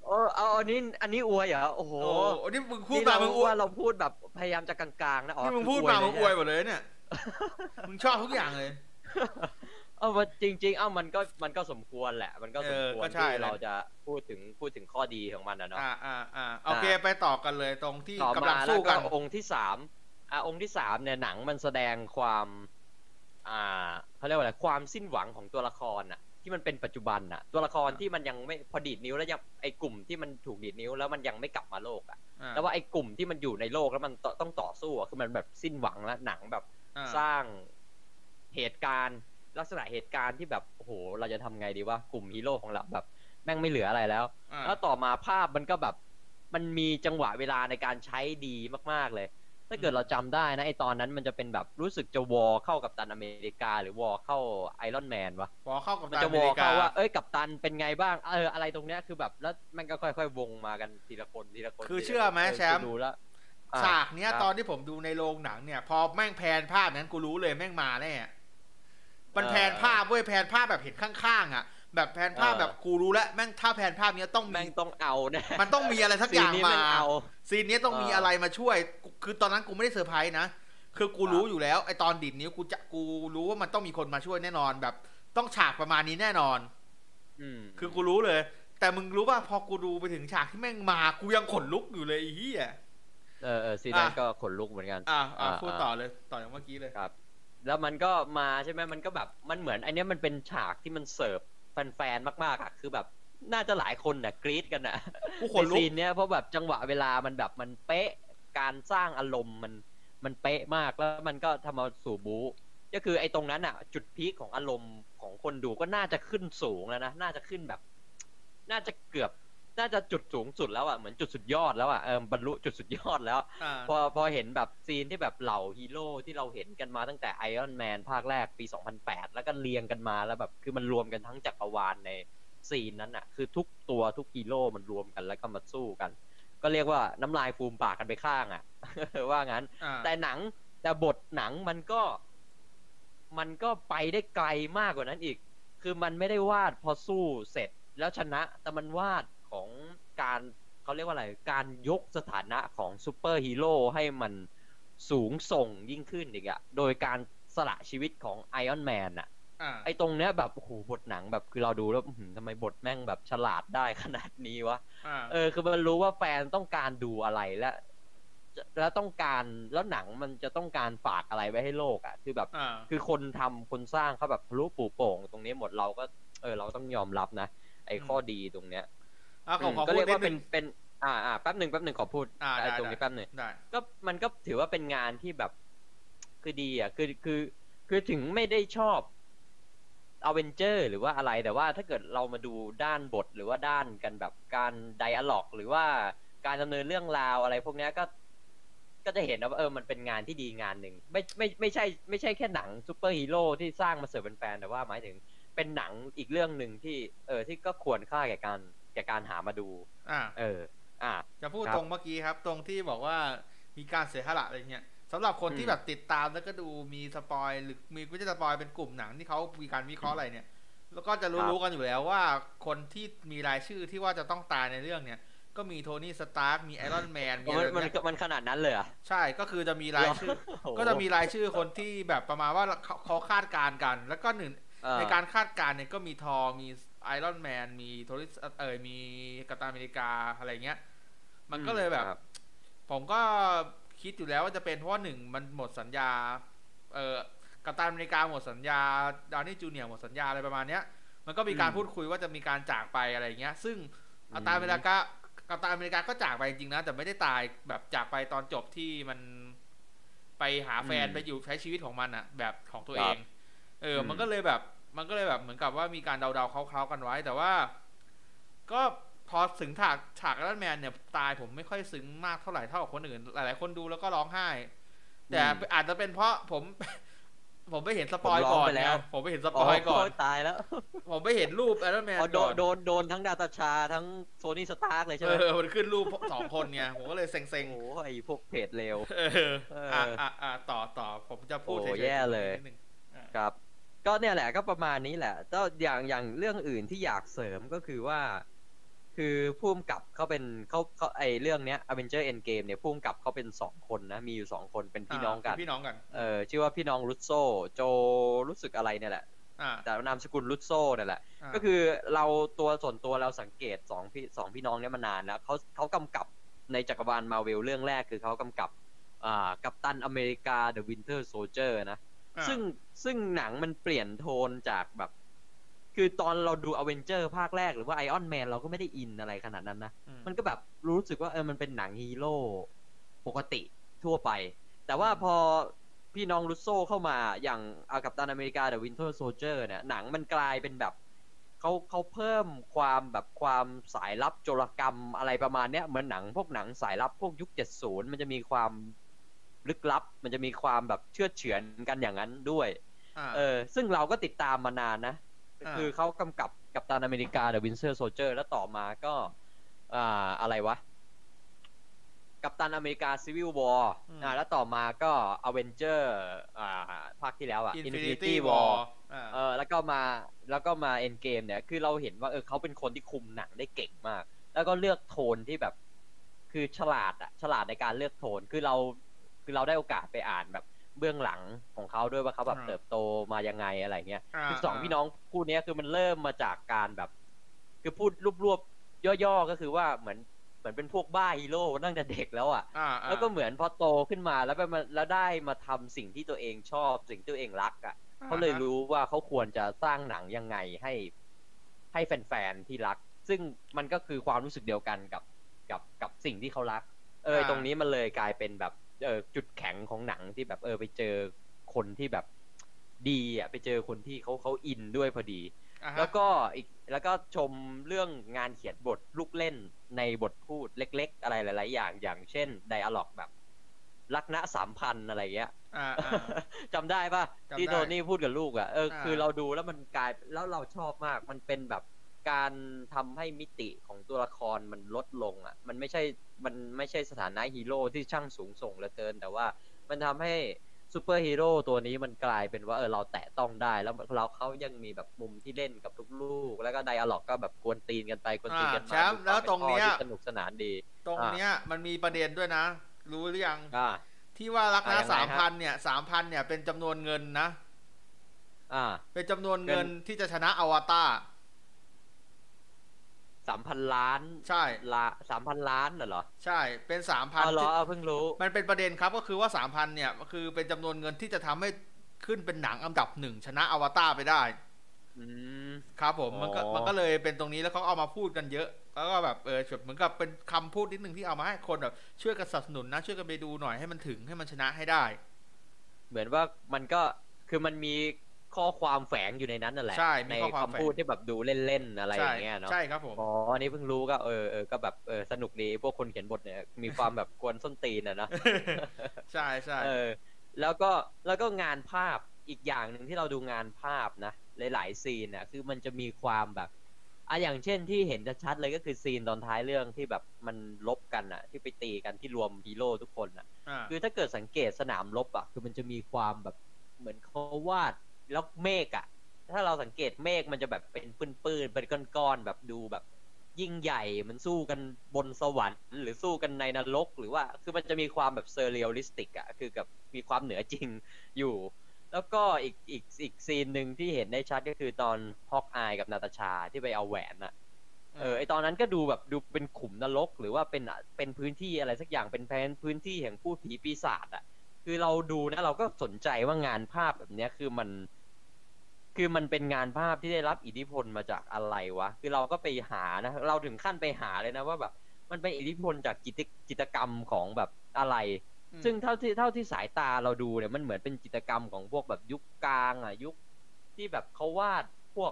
เออเอาอันนี้อันนี้อวยเหรอโอ้โห โอ้โหนี่มึงพูดมา นี่เร มึงอวย ว่าเราพูดแบบพยายามจะกลางๆนะอ๋อ นี่มึงพูด คื มา มึงอวย เล หมดเลยเนี่ย มึงชอบทุกอย่างเลย เออว่าจริง ๆ เอ้ามันก็มันก็สมควรแหละ มันก็สมคว เออก็ ร ใช่ ที่เราจะพูดถึงพูดถึงข้อดีของมันนะเนาะ อ่าอ่าอ่าโอเค ไปต่อกันเลยตรงที่ ต่อก ำ มา ลัง แล้ว สู้ ก็ กัน องค์ที่สามอ่าองค์ที่สามเนี่ยหนังมันแสดงความ อ่าเขาเรียกว่าอะไรความสิ้นหวังของตัวละครน่ะ ที่มันเป็นปัจจุบันน่ะ ตัวละครที่มันยังไม่พอดีดนิ้วแล้วยังไอ้กลุ่มที่มันถูกดีดนิ้วแล้วมันยังไม่กลับมาโลกอ่ะ อ่า แล้วว่าไอ้กลุ่มที่มันอยู่ในโลกแล้วมันตต้องต่อสู้อ่ะคือมันแบบสิ้นหวังแล้วหนังแบบ อ่า สร้างเหตุการณ์ลักษณะเหตุการณ์ที่แบบโอ้โหเราจะทำไงดีว่ากลุ่มฮีโร่ของเราแบบแม่งไม่เหลืออะไรแล้ว อ่า แล้วต่อมาภาพมันก็แบบมันมีจังหวะเวลาในการใช้ดีมาก ๆ เลย ถ้าเกิดเราจำได้นะไอตอนนั้นมันจะเป็นแบบรู้สึกจะวอลเข้ากับตันอเมริกา หรือวอลเข้าไอรอนแมนวะ พอเข้ากับ มัน ตา จะ อ ว เม อล ริกา เข้าว่าเอ้ยกับตันเป็นไงบ้างเอออะไรตรงเนี้ยคือแบบแล้วมันก็ค่อยๆ วงมากันทีละคนทีละคน คือ ทีละน เชื่อไหมแชมป์ ดูแล้วอ่ะ ฉากเนี้ย ครับ ตอนที่ผมดูในโรงหนังเนี่ย พอแม่งแพนภาพนั้นกูรู้เลยแม่งมาแน่ มันแผนภาพเว้ยแผนภาพแบบเห็นข้างๆอ่ะ แบบแผนภาพแบบกูรู้แล้วแม่งถ้าแผนภาพเนี้ยต้อง แม่ มี งต้องเอาเนี่ย มันต้องมีอะไรสักอย่าง นี้ มา แม่งเอา ซีนเนี้ยต้องมี เอออ อะไรมาช่วยกูคือตอนนั้นกูไม่ได้เซอร์ไพรส์นะคือกู ครับ รู้อยู่แล้วไอตอนดิดนิ้วกูจะกูรู้ว่ามันต้องมีคนมาช่วยแน่นอนแบบ ต้องฉากประมาณนี้แน่นอน ม คือกูรู้เลย แต่มึงรู้ป่ะพอกูดูไปถึงฉากที่แม่งมากูยังขนลุกอยู่เลยไอ้เหี้ย เออเออซีนั้นก็ขนลุกเหมือนกัน อ่ะอ่ะ อ่า พูดต่อเลยต่อจากเมื่อกี้เลย ครับแล้วมันก็มาใช่ไหมมันก็แบบมันเหมือนอันเนี้ยมันเป็นฉากที่มันเสิร์ฟแฟนๆมากๆอ่ะคือแบบน่าจะหลายคนน่ะกรี๊ดกันน่ะ กูขน ใน ลุก ซีนเนี้ยเพราะแบบจังหวะเวลามันแบบมันเป๊ะการสร้างอารมณ์มันมันเป๊ะมากแล้วมันก็ทำมาสู่บู๊ก็คือไอ้ตรงนั้นอ่ะ จุดพีคของอารมณ์ของคนดูก็น่าจะขึ้นสูงแล้วนะน่าจะขึ้นแบบ น่าจะเกือบน่าจะจุดสูงสุดแล้วอ่ะเหมือนจุดสุดยอดแล้วอ่ะเออบรรลุจุดสุดยอดแล้ว อ่า พอพอเห็นแบบซีนที่แบบเหล่าฮีโร่ที่เราเห็นกันมาตั้งแต่ไอรอนแมนภาคแรกปี 2008 แล้วก็เรียงกันมาแล้วแบบคือมันรวมกันทั้งจักรวาลในซีนนั้นอ่ะ คือทุกตัวทุกฮีโร่มันรวมกันแล้วก็มาสู้กัน ก็เรียกว่าน้ำลายฟูมปากกันไปข้างอ่ะ *laughs* ว่างั้น อ่า แต่หนังแต่บทหนังมันก็ มันก็ไปได้ไกลมากกว่านั้นอีก คือมันไม่ได้วาดพอสู้เสร็จแล้วชนะ แต่มันวาดของการเขาเรียกว่าอะไร การยกสถานะของซูเปอร์ฮีโร่ให้มันสูงส่งยิ่งขึ้นอีกอะโดยการสละชีวิตของไอออนแมนอะ อ่า ไอตรงเนี้ยแบบโอ้โหบทหนังแบบคือเราดูแล้วอื้อหือทำไมบทแม่งแบบฉลาดได้ขนาดนี้วะ อ่า เออคือมันรู้ว่าแฟนต้องการดูอะไรและจะแล้วต้องการแล้วหนังมันจะต้องการฝากอะไรไว้ให้โลกอะ่ะ คือแบบ อ่า คือคนทำคนสร้างเขาแบบรู้ปลูกโป่งตรงนี้หมดเราก็ เออ เราต้องยอมรับนะ ไอ้ข้อดีตรงเนี้ย อ่ะขอขอ ก็ พู เรี ด ยก นิ ว่า ด เป็ นึ น ง เป็น อ่าอ่าแป๊บหนึ่งแป๊บหนึ่งขอพูด อ่าได้ ไตรง ได้ นี้แป๊บหนึ่ง ได้ ก็มันก็ถือว่าเป็นงานที่แบบคือดีอ่ะคือคือคือถึงไม่ได้ชอบอเวนเจอร์หรือว่าอะไรแต่ว่าถ้าเกิดเรามาดูด้านบทหรือว่าด้านกันแบบการไดอะล็อก หรือว่าการดำเนินเรื่องราวอะไรพวกเนี้ยก็ ก็จะเห็นว่าเออมันเป็นงานที่ดีงานหนึ่งไม่ไม่ไม่ใช่ ไม่ใช่แค่หนังซูเปอร์ฮีโร่ที่สร้างมาเสิร์ฟเป็นแฟนๆแต่ว่าหมายถึงเป็นหนังอีกเรื่องหนึ่งที่เออที่ก็ควรค่าแก่การแก่การหามาดู อ่า เออ อ่ะ จะพูด ครับ ตรงเมื่อกี้ครับ ตรงที่บอกว่ามีการเสียสละอะไรเงี้ยสำหรับคนที่ อืม แบบติดตามแล้วก็ดูมีสปอยหรือมีวิจารณ์สปอยเป็นกลุ่มหนังที่เขามีการวิเคราะห์อะไรเนี่ย แล้วก็จะรู้ๆกันอยู่แล้วว่าคนที่มีรายชื่อที่ว่าจะต้องตายในเรื่องเนี่ย ก็มีโทนี่สตาร์กมีไอรอนแมนมีอะ มั ไรแบนบ มัน เนี้ย มันขนาดนั้นเลยเหรอ่ะ ใช่ก็คือจะมีรายชื่อ ก็จะมีรายชื่อคนที่แบบประมาณว่าเขาเขาคาดการณ์กัน แล้วก็หนึ่ง ในการคาดการณ์เนี่ยก็มีทอร์มีไอรอนแมนมีโทริสเอยมีกัปตันอเมริกาอะไรเงี้ย มันก็เลยแบบ ครับ ผมก็คิดอยู่แล้วว่าจะเป็นเพราะว่าหนึ่งมันหมดสัญญา เออกัปตันอเมริกาหมดสัญญาดาวนี่จูเนียร์หมดสัญญาอะไรประมาณเนี้ย มันก็มีการ อืม พูดคุยว่าจะมีการจากไปอะไรเงี้ย ซึ่ง อืม กัปตันอเมริกากัปตันอเมริกาก็จากไปจริงๆนะแต่ไม่ได้ตายแบบจากไปตอนจบที่มันไปหาแฟนไปอยู่ใช้ชีวิตของมันอะแบบของตัวเอง เอออ ม มันก็เลยแบบ มันก็เลยแบบเหมือนกับว่ามีการเดาๆเคล้าๆกันไว้ แต่ว่า ก็พอถึงฉากฉากไอรอนแมนเนี่ยตายผมไม่ค่อยซึ้งมากเท่าไหร่เท่ากับคนอื่น หลายๆคนดูแล้วก็ร้องไห้ แต่ อืม อาจจะเป็นเพราะผม *laughs* ผมไปเห็นสปอย ผมร้อง ก่อน ไปแล้ว นะผมไปเห็นสปอยก่อน ตายแล้ว ผมไปเห็นรูปไอรอนแมน อ๋อโด ก่อน น โดนโดนทั้งดาตาชาทั้งโซนี่สตาร์กเลยใช่ เอ ไหม อมันขึ้นรูปสองคนเนี่ยผมก็เลยเซ็ง โอ้โหไอพวกเพจเร็ว ๆเอออ่ะอ่ะอ่ะต่อต่อผมจะพูด โอ้ เฉยๆ แย่เลย นิดนึง ครับ ก็เนี่ยแหละก็ประมาณนี้แหละก็อย่างอย่างเรื่องอื่นที่อยากเสริมก็คือว่า คือพุ่มกับเขาเป็นเขาเขาไอเรื่องเนี้ย Avenger Endgame เนี่ยพุ่มกับเขาเป็นสองคนนะ มีอยู่สองคนเป็นพี่น้องกัน เป็พี่น้องกัน เออชื่อว่าพี่น้องรุสโซโจรู้สึกอะไรเนี่ยแหละ อ่ะ แต่นามสกุลรุสโซเนี่ยแหละ ะ ก็คือเราตัวส่วนตัวเราสังเกตสองพี่สองพี่น้องเนี่ยมานานแล้วเขาเขากำกับในจักรวาลมาเวลเรื่องแรกคือเขากำกับอ่ากัปตันอเมริกา The Winter Soldier นะ อ่ะ ซึ่งซึ่งหนังมันเปลี่ยนโทนจากแบบ คือตอนเราดูอเวนเจอร์ภาคแรกหรือว่าไอออนแมนเราก็ไม่ได้อินอะไรขนาดนั้นนะ อืม มันก็แบบรู้สึกว่าเออมันเป็นหนังฮีโร่ปกติทั่วไป แต่ว่าพอพี่น้องรุสโซเข้ามาอย่างอากับตันอเมริกาเดอะวินเทอร์โซเจอร์เนี่ยหนังมันกลายเป็นแบบเขาเขาเพิ่มความแบบความสายลับโจรกรรมอะไรประมาณเนี้ยเหมือนหนังพวกหนังสายลับพวกยุค 70 มันจะมีความลึกลับ มันจะมีความแบบเชื่อดเฉือนกันอย่างนั้นด้วย เออ ซึ่งเราก็ติดตามมานานนะ อ่า คือเขากำกับกับตันอเมริกาเดอะวินเซอร์โซเจอร์ แล้วต่อมาก็ อ่า อะไรวะ กับตันอเมริกาซีวิลวอร์ อืม อ่า แล้วต่อมาก็อเวนเจอร์ อ่า ภาคที่แล้วอะ Infinity Infinity War War อ่ะ เออ แล้วก็มา แล้วก็มาเอ็นเกมเนี่ย คือเราเห็นว่า เออเขาเป็นคนที่คุมหนังได้เก่งมาก แล้วก็เลือกโทนที่แบบ คือฉลาดอะฉลาดในการเลือกโทน คือเรา คือเราได้โอกาสไปอ่านแบบเบื้องหลังของเขาด้วยว่าเขาแบบ อ่า เติบโตมายังไงอะไรเงี้ย อ่ะ คือสองพี่น้องคู่เนี้ยคือมันเริ่มมาจากการแบบ คือพูดรวบๆย่อๆก็คือว่าเหมือนเหมือนเป็นพวกบ้าฮีโร่ตั้งแต่เด็กแล้วอ่ะ อ่ะอ่ะ แล้วก็เหมือนพอโตขึ้นมาแล้วไปมาแล้วได้มาทำสิ่งที่ตัวเองชอบสิ่งที่ตัวเองรักอ่ะเขาเลยรู้ว่าเขาควรจะสร้างหนังยังไงให้ ให้แฟนๆที่รัก ซึ่งมันก็คือความรู้สึกเดียวกันกับกับกับสิ่งที่เขารัก เออ อ่า ตรงนี้มันเลยกลายเป็นแบบเออจุดแข็งของหนังที่แบบเออไปเจอคนที่แบบดีอ่ะไปเจอคนที่เขาเขาอินด้วยพอดี อ่ะฮะ แล้วก็อีกแล้วก็ชมเรื่องงานเขียนบทลูกเล่นในบทพูดเล็ก ๆ อะไรหลาย ๆ อย่างอย่างเช่นไดอะล็อกแบบรักนะสามพันอะไรเงี้ย อ่ะอ่ะ *laughs* จำได้ปะ จำได้ ที่โทนี่พูดกับลูกอะ่ะเออ อ่า คือเราดูแล้วมันกลายแล้วเราชอบมาก มันเป็นแบบการทำให้มิติของตัวละครมันลดลงอะ่ะ มันไม่ใช่มันไม่ใช่สถานะฮีโร่ที่ช่างสูงส่งเหลือเกิน แต่ว่ามันทำให้ซูเปอร์ฮีโร่ตัวนี้มันกลายเป็นว่าเออเราแตะต้องได้ แล้วเราเขายังมีแบบมุมที่เล่นกับทุกลูก แล้วก็ไดอะล็อกก็แบบกวนตีนกันไปกวนตีนกัน อ่าแช มาม ป์ มีค แล้ว าว มเป็ ตรงเนี้ย พ่อที่สนุกสนานดี ตรงเนี้ยมันมีประเด็นด้วยนะ รู้หรือยัง อ่า ที่ว่ารักนะ อ่ะยังไงฮะ สามพันเนี่ยสามพันเนี่ยเป็นจำนวนเงินนะ อ่า เป็นจำนวนเงินที่จะชนะอวตาร สามพันล้าน ใช่ ละสามพันล้านน่ะเหรอ ใช่เป็นสามพัน อ๋อเหรอเพิ่งรู้ มันเป็นประเด็นครับก็คือว่าสามพันเนี่ยคือเป็นจำนวนเงินที่จะทำให้ขึ้นเป็นหนังอันดับหนึ่งชนะอวตารไปได้ อืม ครับผมมันก็ อ๋อ มันก็เลยเป็นตรงนี้แล้วเขาเอามาพูดกันเยอะ แล้วก็แบบเออแบบเหมือนกับเป็นคำพูดนิดนึงที่เอามาให้คนแบบช่วยกันสนับสนุนนะช่วยกันไปดูหน่อยให้มันถึงให้มันชนะให้ได้ เหมือนว่ามันก็คือมันมีข้อความแฝงอยู่ในนั้นนั่นแหละ ใช่มีข้อความแฝง คำพูดที่แบบดูเล่นๆอะไรอย่างเงี้ยเนาะ ใช่ครับผม อ๋ออันนี้เพิ่งรู้ก็เออเออก็แบบเออสนุกดีพวกคนเขียนบทเนี่ยมีความแบบกวนส้นตีนอะเนาะ ใช่ใช่ เออแล้วก็แล้วก็งานภาพอีกอย่างหนึ่งที่เราดูงานภาพนะหลายๆซีนน่ะคือมันจะมีความแบบอ่ะอย่างเช่นที่เห็นชัดๆเลยก็คือซีนตอนท้ายเรื่องที่แบบมันลบกันอ่ะ ที่ไปตีกันที่รวมฮีโร่ทุกคนอ่ะ อ่า คือถ้าเกิดสังเกตสนามรบอ่ะคือมันจะมีความแบบเหมือนเขาวาดแล้วเมฆอ่ะ ถ้าเราสังเกตเมฆมันจะแบบเป็นปื้นๆเป็นก้อนๆแบบดูแบบยิ่งใหญ่เหมันสู้กันบนสวรรค์ หรือสู้กันในนรก หรือว่าคือมันจะมีความแบบเซอร์เรียลลิสติกอ่ะคือกับมีความเหนือจริงอยู่ แล้วก็อีกอีกอีกซีนหนึ่งที่เห็นได้ชัดก็คือตอนฮอกอายกับนาตาชาที่ไปเอาแหวนอ่ะ เออไอตอนนั้นก็ดูแบบดูเป็นขุมนรก หรือว่าเป็นเป็นพื้นที่อะไรสักอย่างเป็นแผนพื้นที่แห่งผู้ผีปีศาจอ่ะ คือเราดูนะเราก็สนใจว่างานภาพแบบเนี้ยคือมัน คือมันเป็นงานภาพที่ได้รับอิทธิพลมาจากอะไรวะ คือเราก็ไปหานะ เราถึงขั้นไปหาเลยนะว่าแบบ มันเป็นอิทธิพลจากจิตจิตรกรรมของแบบอะไร อืม ซึ่งเท่าที่เท่าที่สายตาเราดูเนี่ยมันเหมือนเป็นจิตรกรรมของพวกแบบยุคกลางอ่ะยุคที่แบบเขาวาดพวก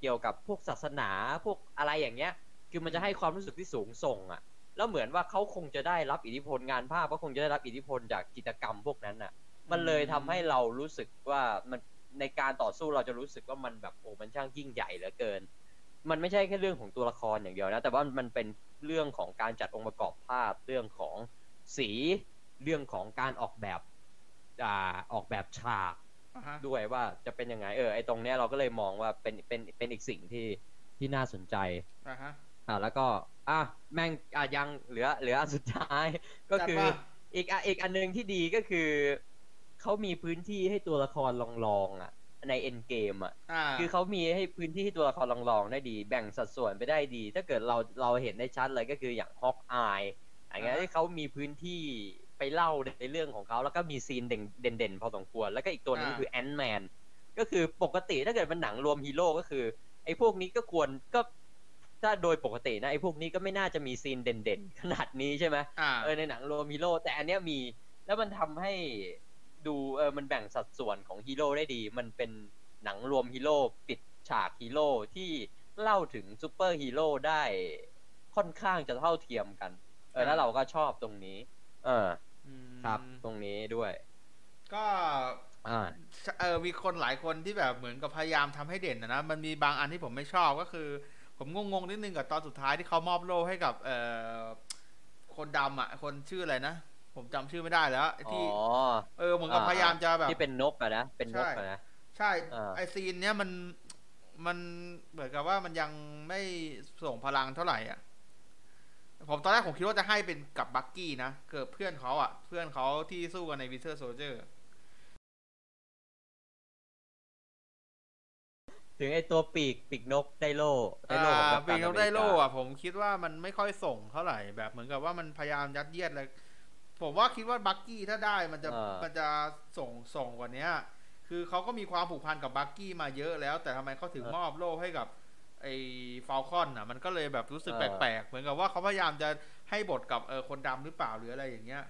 เกี่ยวกับพวกศาสนาพวกอะไรอย่างเงี้ย คือมันจะให้ความรู้สึกที่สูงส่งอ่ะ แล้วเหมือนว่าเขาคงจะได้รับอิทธิพลงานภาพก็คงจะได้รับอิทธิพลจากจิตรกรรมพวกนั้นอ่ะ มันเลยทำให้เรารู้สึกว่ามันในการต่อสู้เราจะรู้สึกว่ามันแบบโอ้มันช่างยิ่งใหญ่เหลือเกิน มันไม่ใช่แค่เรื่องของตัวละครอย่างเดียวนะ แต่ว่ามันเป็นเรื่องของการจัดองค์ประกอบภาพเรื่องของสีเรื่องของการออกแบบอ่าออกแบบฉาก อ่าฮะ ด้วยว่าจะเป็นยังไงเออไอตรงเนี้ยเราก็เลยมองว่าเป็นเป็นเป็นอีกสิ่งที่ที่น่าสนใจ อ่าฮะ อ่าแล้วก็อ่ะแม่งอ่ะยังเหลือเหลืออันสุดท้าย *laughs* ก็คือ แต่ว่า อีกอ่ะอีกอันหนึงที่ดีก็คือเขามีพื้นที่ให้ตัวละครลองๆอ่ะในเอ็นเกมอ่ะ อ่า คือเขามีให้พื้นที่ให้ตัวละครลองๆได้ดี แบ่งสัดส่วนไปได้ดี ถ้าเกิดเราเราเห็นได้ชัดเลยก็คืออย่างฮอกอายอย่างเงี้ยที่เขามีพื้นที่ไปเล่าในเรื่องของเขาแล้วก็มีซีนเด่นเด่นๆพอสมควร แล้วก็อีกตัวหนึงคือแอนด์แมนก็คือปกติถ้าเกิดมันหนังรวมฮีโร่ก็คือ ไอ้พวกนี้ก็ควรก็ถ้าโดยปกตินะไอ้พวกนี้ก็ไม่น่าจะมีซีนเด่นๆ ขนาดนี้ใช่ไหม อ่า เออในหนังโรวมฮีโร่แต่อันเนี้ยมีแล้วมันทำให้ดูเออมันแบ่งสัดส่วนของฮีโร่ได้ดี มันเป็นหนังรวมฮีโร่ปิดฉากฮีโร่ที่เล่าถึงซูเปอร์ฮีโร่ได้ค่อนข้างจะเท่าเทียมกัน เออแล้วเราก็ชอบตรงนี้ เออ อืม ครับตรงนี้ด้วย ก็ อ่า เออมีคนหลายคนที่แบบเหมือนกับพยายามทำให้เด่นนะนะ มันมีบางอันที่ผมไม่ชอบก็คือ ผมงงๆนิดนึงกับตอนสุดท้ายที่เขามอบโล่ให้กับเอ่อคนดำอ่ะ คนชื่ออะไรนะ ผมจำชื่อไม่ได้แล้วไอ้ อ๋ ที่ อ เออเหมือนกับ อ่า พยายามจะแบบ ที่เป็นนกอะนะ เป็นนก ใช่ อะนะ ใช่ อ่า ไอซีนเนี้ยมันมันเหมือนกับว่ามันยังไม่ส่งพลังเท่าไหร่อ่ะผมตอนแรกผมคิดว่าจะให้เป็นกับบักกี้นะเกิดเพื่อนเขาอ่ะ เพื่อนเขาที่สู้กันในวิเทอร์โซเจอร์ ถึงไอตัวปีกปีกนกไดโลไดโลของกัปตันอเม ปี ริ น กา กได้โล่อะผมคิดว่ามันไม่ค่อยส่งเท่าไหร่แบบเหมือนกับว่ามันพยายามยัดเยียดเลยผมว่าคิดว่าบักกี้ถ้าได้มันจะ เออ มันจะส่งส่งกว่าเนี้ย คือเขาก็มีความผูกพันกับบักกี้มาเยอะแล้ว แต่ทำไมเขาถึงมอบโล่ให้กับ ไอ้ฟาลคอนอ่ะ มันก็เลยแบบรู้สึกแปลกๆ เหมือนกับว่าเขาพยายามจะให้บทกับเออคนดำหรือเปล่าหรืออะไรอย่างเงี้ย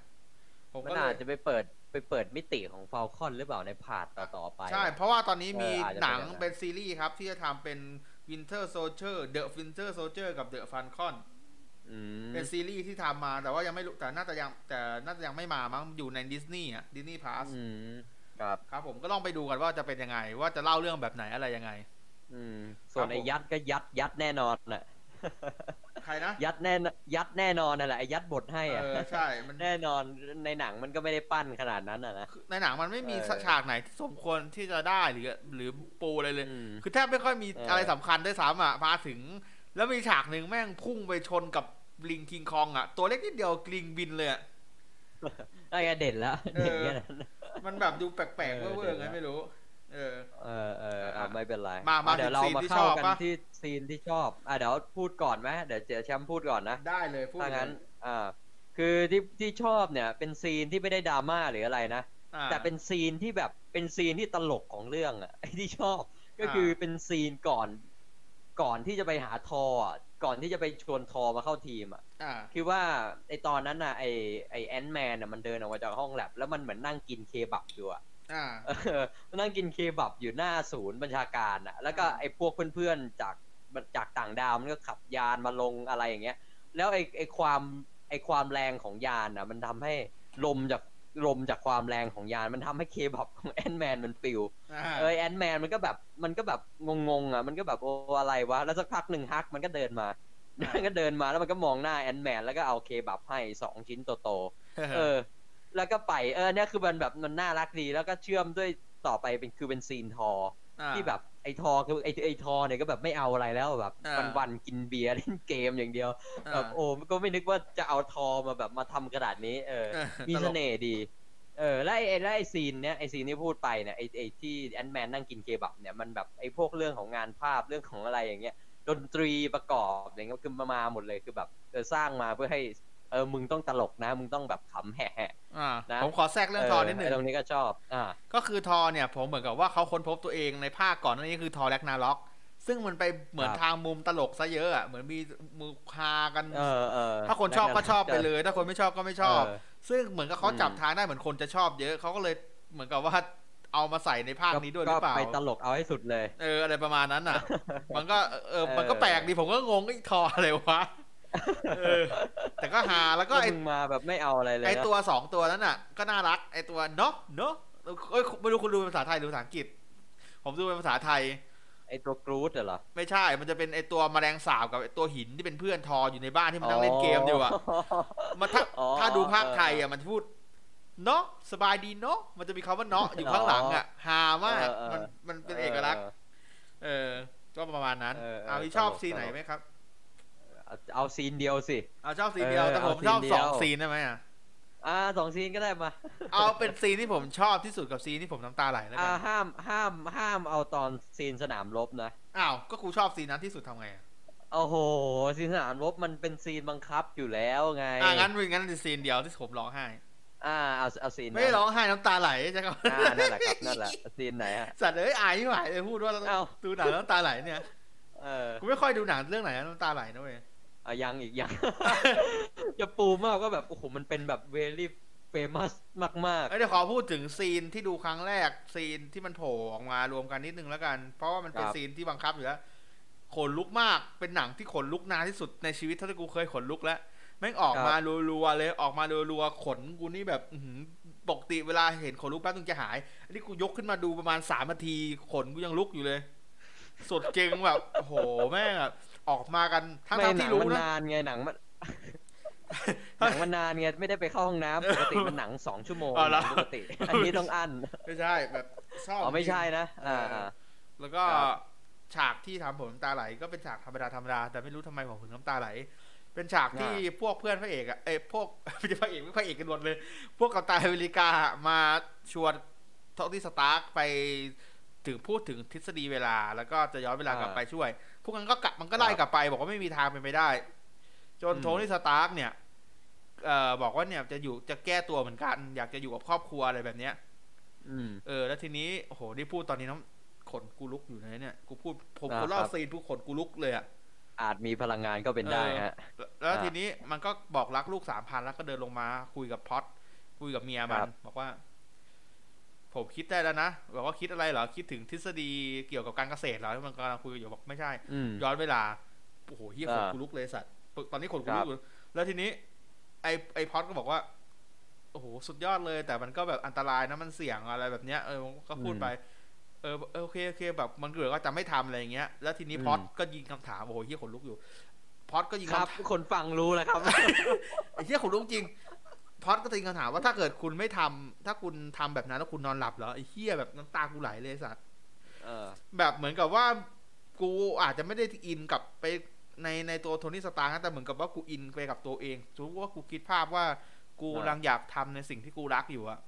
ผม มัน ก็เล อาจ ย จะไปเปิดไปเปิดมิติของฟ a ลคอนหรือเปล่าในพาร์ตต่อๆไป ใช่ เพราะว่าตอนนี้ เออ มี อาจจะเป็น หนัง อย่างนั้น เป็นซีรีส์ครับ ที่จะทำเป็น Winter Soldier The Winter Soldier กับ The Falcon อืม เป็นซีรีส์ที่ทำมาแต่ว่ายังไม่รู้แต่น่าจะยังแต่น่าจะยังไม่มามั้งอยู่ในดิสนีย์อ่ะดิสนีย์พาส อืมครับ ครับผมก็ลองไปดูกันว่าจะเป็นยังไง ว่าจะเล่าเรื่องแบบไหนอะไรยังไง อืม ส่วครันบผม ไอ้ยัดก็ยัดยัดแน่นอนน่ะ ใครนะ ยัดแน่นยัดแน่นอนนั่นแหละไอ้ยัดบทให้อะ เออใช่มัน แน่นอนในหนังมันก็ไม่ได้ปั้นขนาดนั้นอะนะ คือในหนังมันไม่มี เออ ฉากไหนที่สมควรที่จะได้หรือหรือปูอะไรเลย อืม คือแทบไม่ค่อยมี เอออ อะไรสำคัญด้วยซ้ำอ่ะมาถึง แล้วมีฉากหนึ่งแม่งพุ่งไปชนกับลิงคิงคองอ่ะตัวเล็กนิดเดียวลิงบินเลยอะ ไอ้เด่นแล้ว เออ เด่นแค่นั้น มันแบบดูแปลกๆ เอ เว่ออร์ๆไงเดี๋ยวนะ ไม่รู้ เออ เออเออเอา อ่ะ ไม่เป็นไร มามา เดี๋ยว ถึงซีนที่เรามาชเข้าอบ กัน ปะ ที่ซีนที่ชอบอ่ะเดี๋ยวพูดก่อนไหมเดี๋ยวเดี๋ยวแชมป์พูดก่อนนะ ได้เลยพูด ถ้า เลย งั้น อ่า คือที่ที่ชอบเนี่ย เป็นซีนที่ไม่ได้ดราม่าหรืออะไรนะ อ่า *laughs* แต่เป็นซีนที่แบบ เป็นซีนที่ตลกของเรื่องอะ ที่ชอบ ก็คือเป็นซีนก่อน ก่อนที่จะไปหาทออะก่อนที่จะไปชวนทอมาเข้าทีมอ่ะ อ่า คือว่าไอตอนนั้นน่ะไอไอแอนแมนน่ะมันเดินออกมาจากห้องแลบแล้วมันเหมือนนั่งกินเคบับอยู่อ่ะ อ่า เออ *laughs* มันนั่งกินเคบับอยู่หน้าศูนย์บัญชาการอ่ะ แล้วก็ อ่า ไอพวกเพื่อนๆจากจากต่างดาวมันก็ขับยานมาลงอะไรอย่างเงี้ย แล้วไอไอความไอความแรงของยานน่ะ มันทำให้ลมจากลมจากความแรงของยาน มันทำให้เคบับของแอนแมนมันปลิว อ่า เออแอนแมนมันก็แบบมันก็แบบงงๆอ่ะมันก็แบบโอ้อะไรวะ แล้วสักพักหนึ่งฮักมันก็เดินมา *laughs* มันก็เดินมาแล้วมันก็มองหน้าแอนแมนแล้วก็เอาเคบับให้สองชิ้นโตๆเออ แล้วก็ไปเออเนี่ยคือมันแบบมันน่ารักดีแล้วก็เชื่อมด้วยต่อไปเป็นคือเป็นซีนทอ ที่แบบไอทอคือไอไอทอเนี่ยก็แบบไม่เอาอะไรแล้วแบบ อ่า วันๆกินเบียร์เล่น *laughs* เกมอย่างเดียวแบบโอ้ก็ไม่นึกว่าจะเอาทอมาแบบมาทำกระดาษนี้เออ *laughs* มีเสน่ห์ดี เออแล้วไอ้แล้วไอ้ซีนเนี้ยไอ้ซีนที่พูดไปเนี่ยไอ้ไอ้ที่แอนแมนนั่งกินเคบับเนี่ยมันแบบไอ้พวกเรื่องของงานภาพเรื่องของอะไรอย่างเงี้ยดนตรีประกอบอะไรเงี้ยคือมามาหมดเลยคือแบบเออสร้างมาเพื่อให้เออมึงต้องตลกนะ มึงต้องแบบขำแห่ อ่า นะ ผมขอแทรกเรื่องทอนิดหนึ่ง ตรงนี้ก็ชอบ อ่า ก็คือทอเนี่ยผมเหมือนกับว่าเขาค้นพบตัวเองในภาคก่อนหนานี้คือทอแร็กนาล็อก ซึ่งมันไปเหมือน ครับ ทางมุมตลกซะเยอะอะเหมือนมีมือคากัน เออเออ ถ้าคนชอบก็ชอบไป ย เลย ถ้าคนไม่ชอบก็ไม่ชอบ ซึ่งเหมือนกับเขา อืม จับทางได้เหมือนคนจะชอบเยอะเขาก็เลยเหมือนกับว่าเอามาใส่ในภาคนี้ด้วยหรือเปล่า ก็ไปตลกเอาให้สุดเลย เอออะไรประมาณนั้น *laughs* น่ะ มันก็เออ เออ มันก็แปลกดีผมก็งงไอ้ทออะไรวะเออ แต่ก็หาแล้วก็ ก็ ไอ้ มึงมาแบบไม่เอาอะไรเลย ไอ้ นะ ตัวสองตัวนั้นน่ะ ก็น่ารักไอ้ตัวเนาะเนาะเอ้ยไม่รู้คุณดูเป็นภาษาไทยหรือภาษาอังกฤษ ผมดูเป็นภาษาไทย ไอ้ตัวกรูดเหรอ ไม่ใช่ มันจะเป็นไอ้ตัวแมลงสาบกับไอ้ตัวหินที่เป็นเพื่อนทออยู่ในบ้านที่มันนั่งเล่นเกมอยู่อะ มันถ้า อ๋อ ถ้าดูภาคไทยอ่ะมันจะพูดเนาะสบายดีเนาะมันจะมีคำว่าเนาะอยู่ข้างหลังอ่ะฮามาก เออเออ มันมันเป็นเอกลักษณ์ อ เออก็ประมาณนั้น เออเออ เอาพี่ชอบ ตลก ซีนไหน ตลก ไหมครับ เอาเอาซีนเดียวสิ เอาชอบซีนเดียว เออ แต่ผม เอาซีชอบนสอง เดียว ซีนได้ไหมอ่ะ อ่าสองซีนก็ได้มา เอาเป็นซีนที่ผมชอบที่สุดกับซีนที่ผมน้ำตาไหลแล้วกั อ่าน ห้ามห้ามห้ามเอาตอนซีนสนามรบนะ อ้าวก็กูชอบซีนนั้นที่สุดทำไงอ่ะ โอ้โห ซีนสนามรบมันเป็นซีนบังคับอยู่แล้วไง อ่ะงั้นงั้นซีนเดียวที่ผมร้องไห้ อ่าเอาเอาซีนนั้น ไม่ได้ร้องไห้น้ำตาไหลใช่ไหม อ่านั่นแหละครับนั่นแหละซีนไหนฮะ สัตว์เอ้ยอายไม่ไหวเลยพูดว่า เอ้า ดูหนังแล้วน้ำตาไหลเนี่ย เออ กูไม่ค่อยดูหนังเรื่องไหนแล้วน้ำตาไหลนะเว้ย อ่ะยังอีกยัง จะปูมากก็แบบ โอ้โห มันเป็นแบบเวลี่เฟมัสมาก เอ้ยเดี๋ยวขอพูดถึงซีนที่ดูครั้งแรกซีนที่มันโผล่ออกมารวมกันนิดนึงแล้วกัน เพราะว่ามันเป็น ครับ ซีนที่บังคับอยู่แล้วขนลุกมากเป็นหนังที่ขนลุกนานที่สุดในชีวิตเท่าที่กูเคยขนลุกแล้วแม่งออกมารัวๆเลยออกมารัวๆขนกูนี่แบบอื้อหือปกติเวลาเห็นขนลุกแป๊บนึงจะหาย อันนี้กูยกขึ้นมาดูประมาณสามนาทีขนกูยังลุกอยู่เลยสดเก่งแบบโอ้โหแม่งแบบออกมากัน ๆ ทั้ง ไม่ ทั้ง หนั ที่ ง รู้ มัน นะ นานไงหนังมัน *laughs* หนังมันนานไงไม่ได้ไปเข้าห้องน้ำปกติมันหนังสองชั่วโมงหนังปกติ อันนี้ต้องอั้น ไม่ใช่แบบชอบ อ๋อไม่ จริง ใช่นะอ่าอ่า แล้วก็ ครับ ฉากที่ทำผมน้ำตาไหลก็เป็นฉากธรรมดาธรรมดาแต่ไม่รู้ทำไมผมถึงน้ำตาไหล เป็นฉากที่พวกเพื่อนพระเอกอะเอ้ยพวก *laughs* ไม่ใช่พระเอกไม่พระเอกกันหมดเลย พวกกัปตันอเมริกามาชวนท็อกที่สตาร์กไปถึงพูดถึงทฤษฎีเวลา แล้วก็จะย้อนเวลากลับไปช่วย พวกนั้นก็กลับมันก็ไล่กลับไป บอกว่าไม่มีทางเป็นไปได้ จน อืม โทนี่สตาร์กเนี่ยเอ่อบอกว่าเนี่ยจะอยู่จะแก้ตัวเหมือนกัน อยากจะอยู่กับครอบครัวอะไรแบบเนี้ย อืม เออแล้วทีนี้โอ้โหที่พูดตอนนี้น้ำขนกูลุกอยู่นะเนี่ยกูพูดผม อ่า กูเล่า ครับ ซีนผู้ขนกูลุกเลยอะ อาจมีพลังงานก็เป็นได้ฮะ แล้วแล้ว อ่า ทีนี้มันก็บอกรักลูกสามพันแล้วก็เดินลงมาคุยกับพอดคุยกับเมียมัน ครับ บอกว่า ผมคิดได้แล้วนะบอกว่าคิดอะไรเหรอคิดถึงทฤษฎีเกี่ยวกับการเกษตรเหรอที่มันกำลังคุยกันอยู่บอกไม่ใช่ อืม ย้อนเวลา โอ้โหเฮียขน อ่า กูลุกเลยสัตว์ ตอนนี้ขนกูลุครั ก บ อยู่แล้วทีนี้ ไอไอพอดก็บอกว่า โอ้โห สุดยอดเลย แต่มันก็แบบอันตรายนะ มันเสี่ยงอะไรแบบเนี้ย เออ ก็พูดไป เออเออโอเค โอเค แบบ มันเหลือก็จะไม่ทำอะไรอย่างเงี้ย แล้วทีนี้พอดก็ยิงคำถาม โอ้โหเฮียขนลุกอยู่ พอดก็ยิง ครับ คำถาม คนฟังรู้แล้วครับ ไอ้เฮียขนลุกจริง พอดก็ตีคำถามว่าถ้าเกิดคุณไม่ทำ ถ้าคุณทำแบบนั้นแล้วคุณนอนหลับเหรอ ไอ้เฮียแบบน้ำตากูไหลเลยสัตว์ เออ แบบเหมือนกับว่ากูอาจจะไม่ได้อินกับไปในในตัวโทนี่สตาร์นะแต่เหมือนกับว่ากูอินไปกับตัวเองสมมติว่ากูคิดภาพว่าอ่ากกูำลังอยากทำในสิ่งที่กูรักอยู่อะ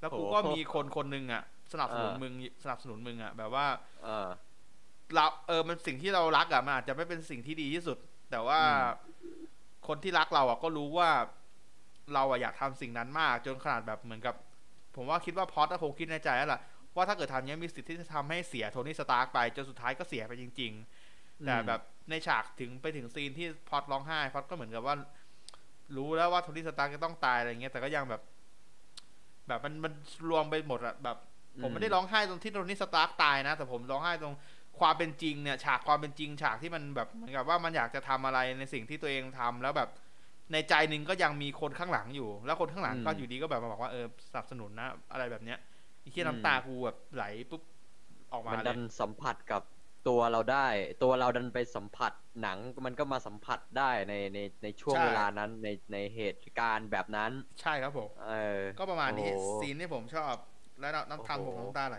แล้วกู โห ก็มีคนคนหนึ่งอะสนับสนุน อ่ามึ มึงสนับสนุนมึงอะแบบว่า เออ เราเออมันสิ่งที่เรารักอะมันอาจจะไม่เป็นสิ่งที่ดีที่สุด แต่ว่า อืม คนที่รักเราอะก็รู้ว่าเราอะอยากทำสิ่งนั้นมาก จนขนาดแบบเหมือนกับ ผมว่าคิดว่าพอดก็คงคิดในใจแล้วล่ะ ว่าถ้าเกิดทำเนี้ยมีสิทธิ์ที่จะทำให้เสียโทนี่สตาร์กไปจนสุดท้ายก็เสียไปจริง ๆ แต่แบบในฉากถึงไปถึงซีนที่พล็อดร้องไห้พล็อดก็เหมือนกับว่า รู้แล้วว่าโทนี่สตาร์กจะต้องตายอะไรเงี้ยแต่ก็ยังแบบ แบบมันมันรวมไปหมดอะแบบ ผมไม่ได้ร้องไห้ตรงที่โทนี่สตาร์กตายนะ แต่ผมร้องไห้ตรงความเป็นจริงเนี่ย ฉากความเป็นจริง ฉากที่มันแบบเหมือนกับว่ามันอยากจะทำอะไรในสิ่งที่ตัวเองทำแล้วแบบ ในใจหนึ่งก็ยังมีคนข้างหลังอยู่ แล้วคนข้างหลังก็ อืม อยู่ดีก็แบบมาบอกว่าเออสนับสนุนนะ อะไรแบบเนี้ยไอ้เคีย อืม น้ำตากูแบบไหลปุ๊บออกมา มัน เล ดั ย นสัมผัสกับตัวเราได้ ตัวเราดันไปสัมผัสหนังมันก็มาสัมผัสได้ในในในช่วงเวลานั้นในในเหตุการณ์แบบนั้น ใช่ครับผม เออ ก็ประมาณนี้ โอ้โห ซีนที่ผมชอบ แล้วน้ำตาผ โอ้ ม โห น้ำตาไหล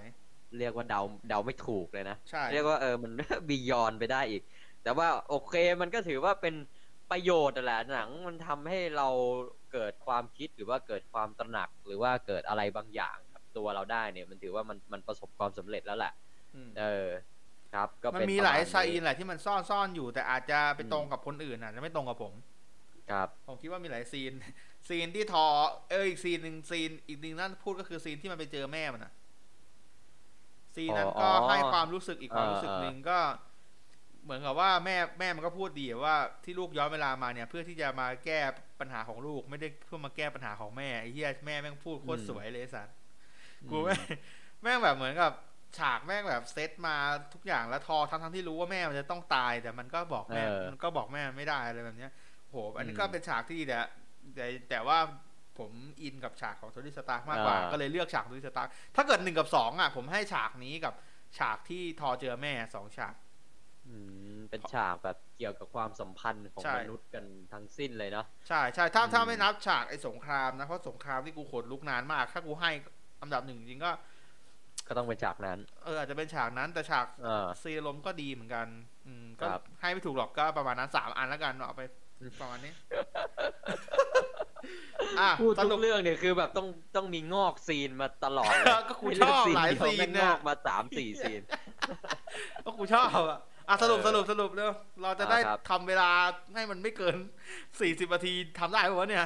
เรียกว่าเดาเดาไม่ถูกเลยนะ ใช่ เรียกว่าเออมัน *laughs* บียอนไปได้อีก แต่ว่าโอเคมันก็ถือว่าเป็นประโยชน์นั่นแหละหนังมันทำให้เราเกิดความคิดหรือว่าเกิดความตระหนักหรือว่าเกิดอะไรบางอย่างกับตัวเราได้เนี่ย มันถือว่ามันมันประสบความสำเร็จแล้วแหละ อืม เออ ครับ ก็ มัน เป็น มี ประ หลาย ณ ซาอินแหละที่มันซ่อนซ่อนอยู่ แต่อาจจะไปตรงกับคนอื่นอาจจะไม่ตรงกับผม ครับ ผมคิดว่ามีหลายซีน *laughs* ซีนที่ทอ เอออีกซีนหนึ่งซีนอีกหนึ่งนั่นพูดก็คือซีนที่มันไปเจอแม่มันอะซีนนั้น อ๋ ก็ อ ให้ความรู้สึกอีกความรู้สึก เออ หนึ่งก็ เหมือนกับว่าแม่แม่มันก็พูดดีว่าที่ลูกย้อนเวลามาเนี่ย เพื่อที่จะมาแก้ปัญหาของลูก ไม่ได้เพื่อมาแก้ปัญหาของแม่ไอ้เหี้ยแม่แม่งพูดโคตรสวยเลยไอ้สัส กูแม่ง *laughs* แม่งแบบเหมือนกับฉากแม่งแบบเซตมาทุกอย่างแล้วทอทั้งทั้งๆที่รู้ว่าแม่มันจะต้องตาย แต่มันก็บอกแม่ เออ มันก็บอกแม่ไม่ได้อะไรแบบเนี้ยโหอันนี้ อืม ก็เป็นฉากที่ดีแต่แต่แต่ว่าผมอินกับฉากของโทนี่สตาร์กมากกว่า อ่า ก็เลยเลือกฉากโทนี่สตาร์กถ้าเกิดหนึ่งกับสองอ่ะ ผมให้ฉากนี้กับฉากที่ทอเจอแม่สองฉาก อืมเป็นฉากแบบเกี่ยวกับความสัมพันธ์ของ ใช่ มนุษย์กันทั้งสิ้นเลยเนาะ ใช่ใช่ถ้าถ้า อืม ไม่นับฉากไอ้สงครามนะเพราะสงครามที่กูขนลุกนานมาก ถ้ากูให้อันดับหนึ่งจริงๆก็ ก็ต้องเป็นฉากนั้น เอออาจจะเป็นฉากนั้นแต่ฉาก เออ ซีลมก็ดีเหมือนกัน อืม ก็ ครับ ให้ไม่ถูกหรอกก็ประมาณนั้นสามอันแล้วกันเอาไปประมาณนี้ *laughs* อ่ะ พูด ส ทุ รุป กเรื่องเนี่ยคือแบบต้องต้องมีงอกซีนมาตลอดเลย ก็กูชอบหลาย ไม่ ซี เอก น เดีวแม่งง เนี่ อย กมาสามสี่ซีน ก็กูชอบอ่ะอ่ะสรุป เออ สรุปสรุปเร็วเราจะได้ อ่ะครับ ทำเวลาให้มันไม่เกินสี่สิบนาทีทำได้ปะวะเนี่ย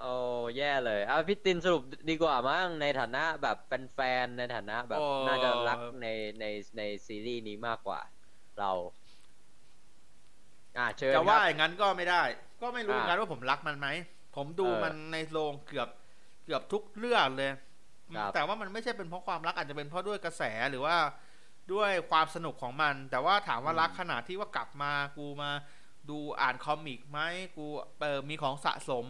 โอ้แย่เลยอ่ะพี่ตินสรุปดีกว่ามั้งในฐานะแบบแฟนๆในฐานะแบบ โอ้ น่าจะรักในในในซีรีส์นี้มากกว่า เรา อ่าเชิญค จะ รั ว่า บ อย่างนั้นก็ไม่ได้ ก็ไม่รู้เหมือนกันว่าผมรักมันไหม ผมดู เออ มันในโรงเกือบเกือบทุกเรื่องเลย ครับ แต่ว่ามันไม่ใช่เป็นเพราะความรักอาจจะเป็นเพราะด้วยกระแสหรือว่าด้วยความสนุกของมัน แต่ว่าถามว่ารักขนาดที่ว่ากลับมากูมาดูอ่านคอมิกไหมกูเออมีของสะสม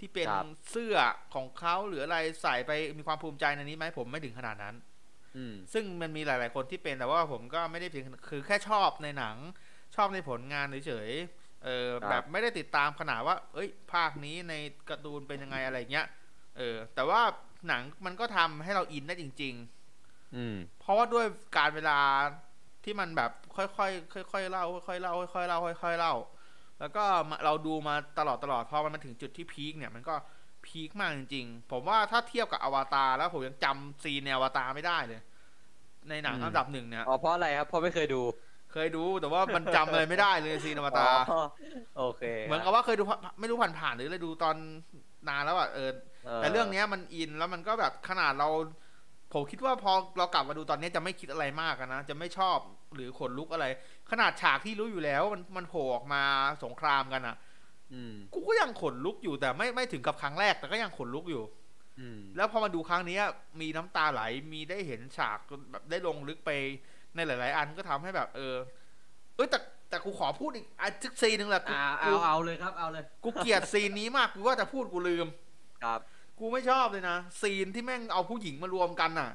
ที่เป็น ครับ เสื้อของเขาหรืออะไรใส่ไปมีความภูมิใจในนี้ไหมผมไม่ถึงขนาดนั้น อืม ซึ่งมันมีหลาย ๆ คนที่เป็นแต่ว่าผมก็ไม่ได้ถึงคือแค่ชอบในหนัง ชอบในผลงานเฉยๆเออ ครับ แบบไม่ได้ติดตามขนาดว่า เอ้ย ภาคนี้ในการ์ตูนเป็นยังไงอะไรเงี้ยเออ แต่ว่าหนังมันก็ทำให้เราอินได้จริง อืม ๆ เพราะว่าด้วยการเวลาที่มันแบบค่อยๆค่อยๆเล่าค่อยๆเล่าค่อยๆเล่าค่อยๆเล่า แล้วก็มาเราดูมาตลอดตลอดพอมันมาถึงจุดที่พีคเนี่ยมันก็พีคมากจริงๆ ผมว่าถ้าเทียบกับอวตารแล้วผมยังจำซีนในอวตารไม่ได้เลย ในหนัง อืม อันดับหนึ่งเนี่ย อ๋อเพราะอะไรครับเพราะไม่เคยดู เคยดูแต่ว่ามันจำอะไรไม่ได้เลยซีนอวตาร อ๋อโอเค เหมือนกับว่าเคยดูผ่านไม่รู้ผ่านๆหรือเลยดูตอนนานแล้วอ่ะเออ แต่เรื่องเนี้ยมันอินแล้วมันก็แบบขนาดเรา ผมคิดว่าพอเรากลับมาดูตอนเนี้ยจะไม่คิดอะไรมากอะนะ จะไม่ชอบหรือขนลุกอะไร ขนาดฉากที่รู้อยู่แล้วมันมันโผล่ออกมาสงครามกันอ่ะ อืม กูก็ยังขนลุกอยู่แต่ไม่ไม่ถึงกับครั้งแรกแต่ก็ยังขนลุกอยู่ อืม แล้วพอมาดูครั้งเนี้ยมีน้ำตาไหลมีได้เห็นฉากแบบได้ลงลึกไปในหลาย ๆ อันก็ทำให้แบบ เออ เอยแต่แต่กูขอพูดอีกอันสักซีนหนึ่งแหละกู อ่า กู เอาเอาเลยครับเอาเลย กูเกลียดซีนนี้มากกูว่าจะพูดกูลืม ครับ กูไม่ชอบเลยนะซีนที่แม่งเอาผู้หญิงมารวมกันน่ะ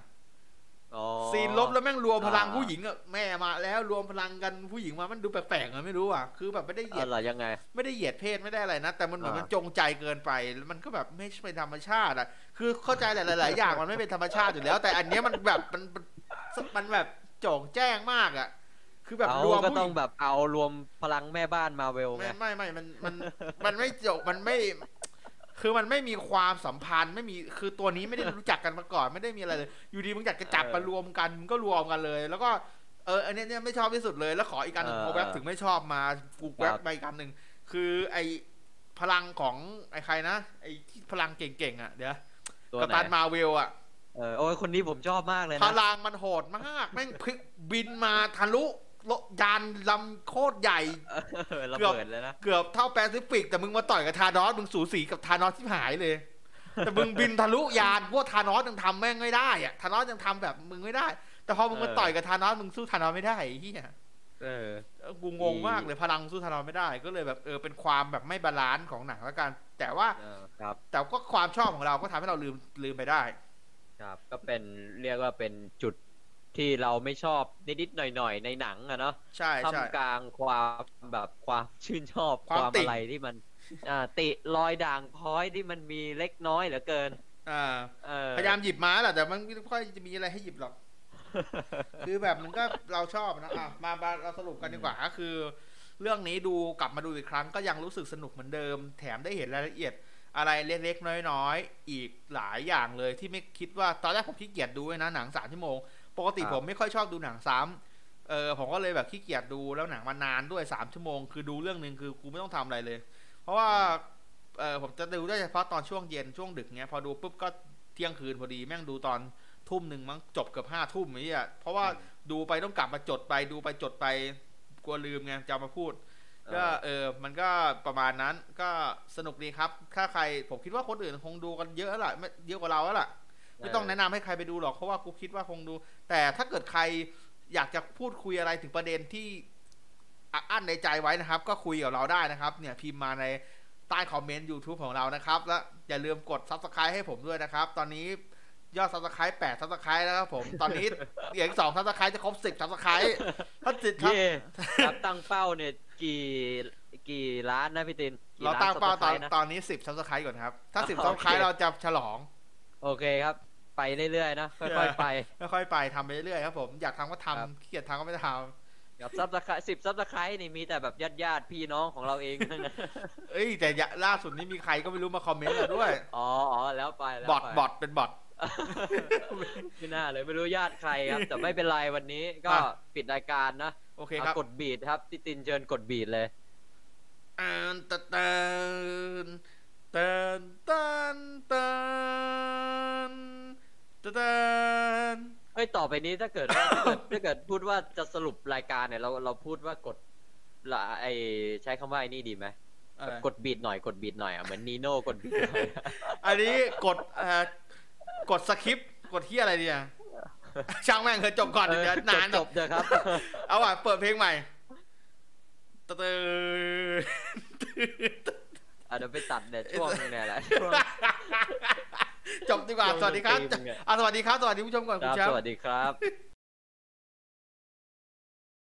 อ๋อ ซีนลบแล้วแม่งรวมพลัง อ่า ผู้หญิงอะแม่มาแล้วรวมพลังกันผู้หญิงมามันดูแปลกๆอะไม่รู้อ่ะคือแบบไม่ได้เหยียด อะไรยังไง ไม่ได้เหยียดเพศไม่ได้อะไรนะแต่มันเหมือน อ่ามั มันจงใจเกินไปแล้วมันก็แบบไม่ใช่ธรรมชาติอ่ะคือเข้าใจแหละหลายๆอย่างมันไม่เป็นธรรมชาติอยู่แล้ว แต่อันเนี้ยมันแบบมันมันมันแบบโจ่งแจ้งมากอ่ะ คือแบบ เอา รวม ก็ ผู้ห ต้อ ญิ ง ง แบบเอารวมพลังแม่บ้านมาเวลไง ไม่ไม่ไม่มันมันมันไม่จบมันไม่ คือมันไม่มีความสัมพันธ์ไม่มีคือตัวนี้ไม่ได้รู้จักกันมาก่อนไม่ได้มีอะไรเลย อยู่ดีมึงอยากจะจับ เออ มารวมกันมึงก็รวมกันเลย แล้วก็เอออันเนี้ยเนี่ยไม่ชอบที่สุดเลยแล้วขออีกการหนึ่ง เออ พอแว็บถึงไม่ชอบมากูแว็บ ครับ ไปอีกการหนึ่งคือไอพลังของไอใครนะไอที่พลังเก่งๆอ่ะเดี๋ยว ตัว กัป ไหน ตันมาเวลอ่ะ เออโอ้ยคนนี้ผมชอบมากเลย พ นะ ลังมันโหดมาก แม่งพลิกบินมาทะลุโลกยานลำโคตรใหญ่ เออระเบิดเลยนะ เกือบเท่าแปซิฟิก แต่มึงมาต่อยกับธานอส มึงสูสีกับธานอสที่หายเลย แต่มึงบินทะลุยานพวกธานอสยังทำแม่งไม่ได้อะธานอสยังทำแบบมึงไม่ได้ แต่พอมึงมา เออ ต่อยกับธานอสมึงสู้ธานอสไม่ได้ไอ้เฮีย เออ เออกูงงมากเลยพลังสู้ธานอสไม่ได้ ก็เลยแบบเออเป็นความแบบไม่บาลานซ์ของหนังละกัน แต่ว่า เออครับ แต่ก็ความชอบของเราก็ทำให้เราลืมลืมไปได้ ครับก็เป็นเรียกว่าเป็นจุดที่เราไม่ชอบนิดๆหน่อยๆในหนังอะเนาะ ใช่ ท่าม ใช่ กลางความแบบความชื่นชอบ ความติ่ง อะไรที่มันอ่าติรอยด่างพร้อยที่มันมีเล็กน้อยเหลือเกิน อ่า เออ พยายามหยิบมาแหละแต่มันไม่ค่อยจะมีอะไรให้หยิบหรอก *laughs* คือแบบมันก็เราชอบนะอ่ะมามาเราสรุปกันดีกว่าก็คือ เรื่องนี้ดูกลับมาดูอีกครั้งก็ยังรู้สึกสนุกเหมือนเดิม แถมได้เห็นรายละเอียด อะไรเล็กๆน้อยๆอีกหลายอย่างเลยที่ไม่คิดว่าตอนแรกผมขี้เกียจดูด้วยนะหนังสามชั่วโมง ปกติผมไม่ค่อยชอบดูหนังซ้ำเออผมก็เลยแบบขี้เกียจดูแล้วหนังมานานด้วยสามชั่วโมง คือดูเรื่องหนึ่งคือกูไม่ต้องทำอะไรเลย เพราะว่าเออผมจะดูได้เฉพาะตอนช่วงเย็นช่วงดึกเนี้ยพอดูปุ๊บก็เที่ยงคืนพอดีแม่งดูตอนทุ่มหนึ่งมั้งจบเกือบห้าทุ่มไอ้เหี้ยเพราะว่า ดูไปต้องกลับมาจดไปดูไปจดไปกลัวลืมไงจะเอามาพูด เอ ก็ อ เออมันก็ประมาณนั้นก็สนุกดีครับ ถ้าใครผมคิดว่าคนอื่นคงดูกันเยอะแล้วล่ะไม่เยอะกว่าเราแล้วล่ะ ไม่ต้องแนะนำให้ใครไปดูหรอกเพราะว่ากูคิดว่าคงดู แต่ถ้าเกิดใครอยากจะพูดคุยอะไรถึงประเด็นที่อัดอั้นในใจไว้นะครับ ก็คุยกับเราได้นะครับ เนี่ยพิมพ์มาในใต้คอมเมนต์ YouTube ของเรานะครับ และอย่าลืมกด Subscribe ให้ผมด้วยนะครับ ตอนนี้ยอด Subscribe 8 Subscribe แล้วครับผม ตอนนี้ *laughs* เหลืออีก2 Subscribe จะครบ 10 Subscribe ถ้าติดครับ เย่ครับตั้งเป้าเนี่ยกี่กี่ล้านนะพี่ตินกี่ เรา ล้น ตั้งเป้าตอน ซับสไครบ์นะ ตอนนี้ 10 Subscribe ก่อนครับ ถ้า 10 โอเค Subscribe เราจะฉลอง โอเคครับ ไปเรื่อยๆนะค่อยๆไป ค่อยๆไปทำไปเรื่อยๆครับผมอยากทำก็ ครับ ทำขี้เกียจทำก็ไม่ทำ กับซับสไครสิบซับสไครนี่มีแต่แบบญาติญาติๆพี่น้องของเราเองทั้งนั้น เอ้ยแต่อย่าล่าสุดนี้มีใครก็ไม่รู้มาคอมเมนต์เราด้วย *laughs* อ๋ออ๋อแล้วไปแล้ว บอท ไป บอทเป็นบอท ไม่น่าเลยไม่รู้ญาติใคร *laughs* ครับ แต่ไม่เป็นไรวันนี้ก็ อ่ะ ปิดรายการนะ โอเคครับ เอากดบีดครับติตินเชิญกดบีดเลย อ่านตะเตันเตันเตันเตันตะเตัน เอ้ยต่อไปนี้ถ้าเกิด *laughs* ว่าถ้าเกิดถ้าเกิดพูดว่าจะสรุปรายการเนี่ยเราเราพูดว่ากดละไอใช้คำว่าไอ้นี่ดีไหม อะไร กดบีดหน่อยกดบีดหน่อยอ่ะเหมือนนีโน่กดบีดหน่อย อันนี้กดเอ่อกดสคริปต์กดที่อะไรเนี่ยช่างแม่งเธอจบก่อน เอ เดี๋ย อ ว จ นา บ น จบเถอะครับ เอาอ่ะเปิดเพลงใหม่ตะเตัน อ่ะเดี๋ยวไปตัดเนี่ยช่วงนึงเนี่ยแหละ จบดีกว่าสวัสดีครับ จบเพลงเนี่ย อ่ะสวัสดีครับสวัสดีผู้ชมก่อน ค คุณ รับ แชม ส ป์ วัสดีครับ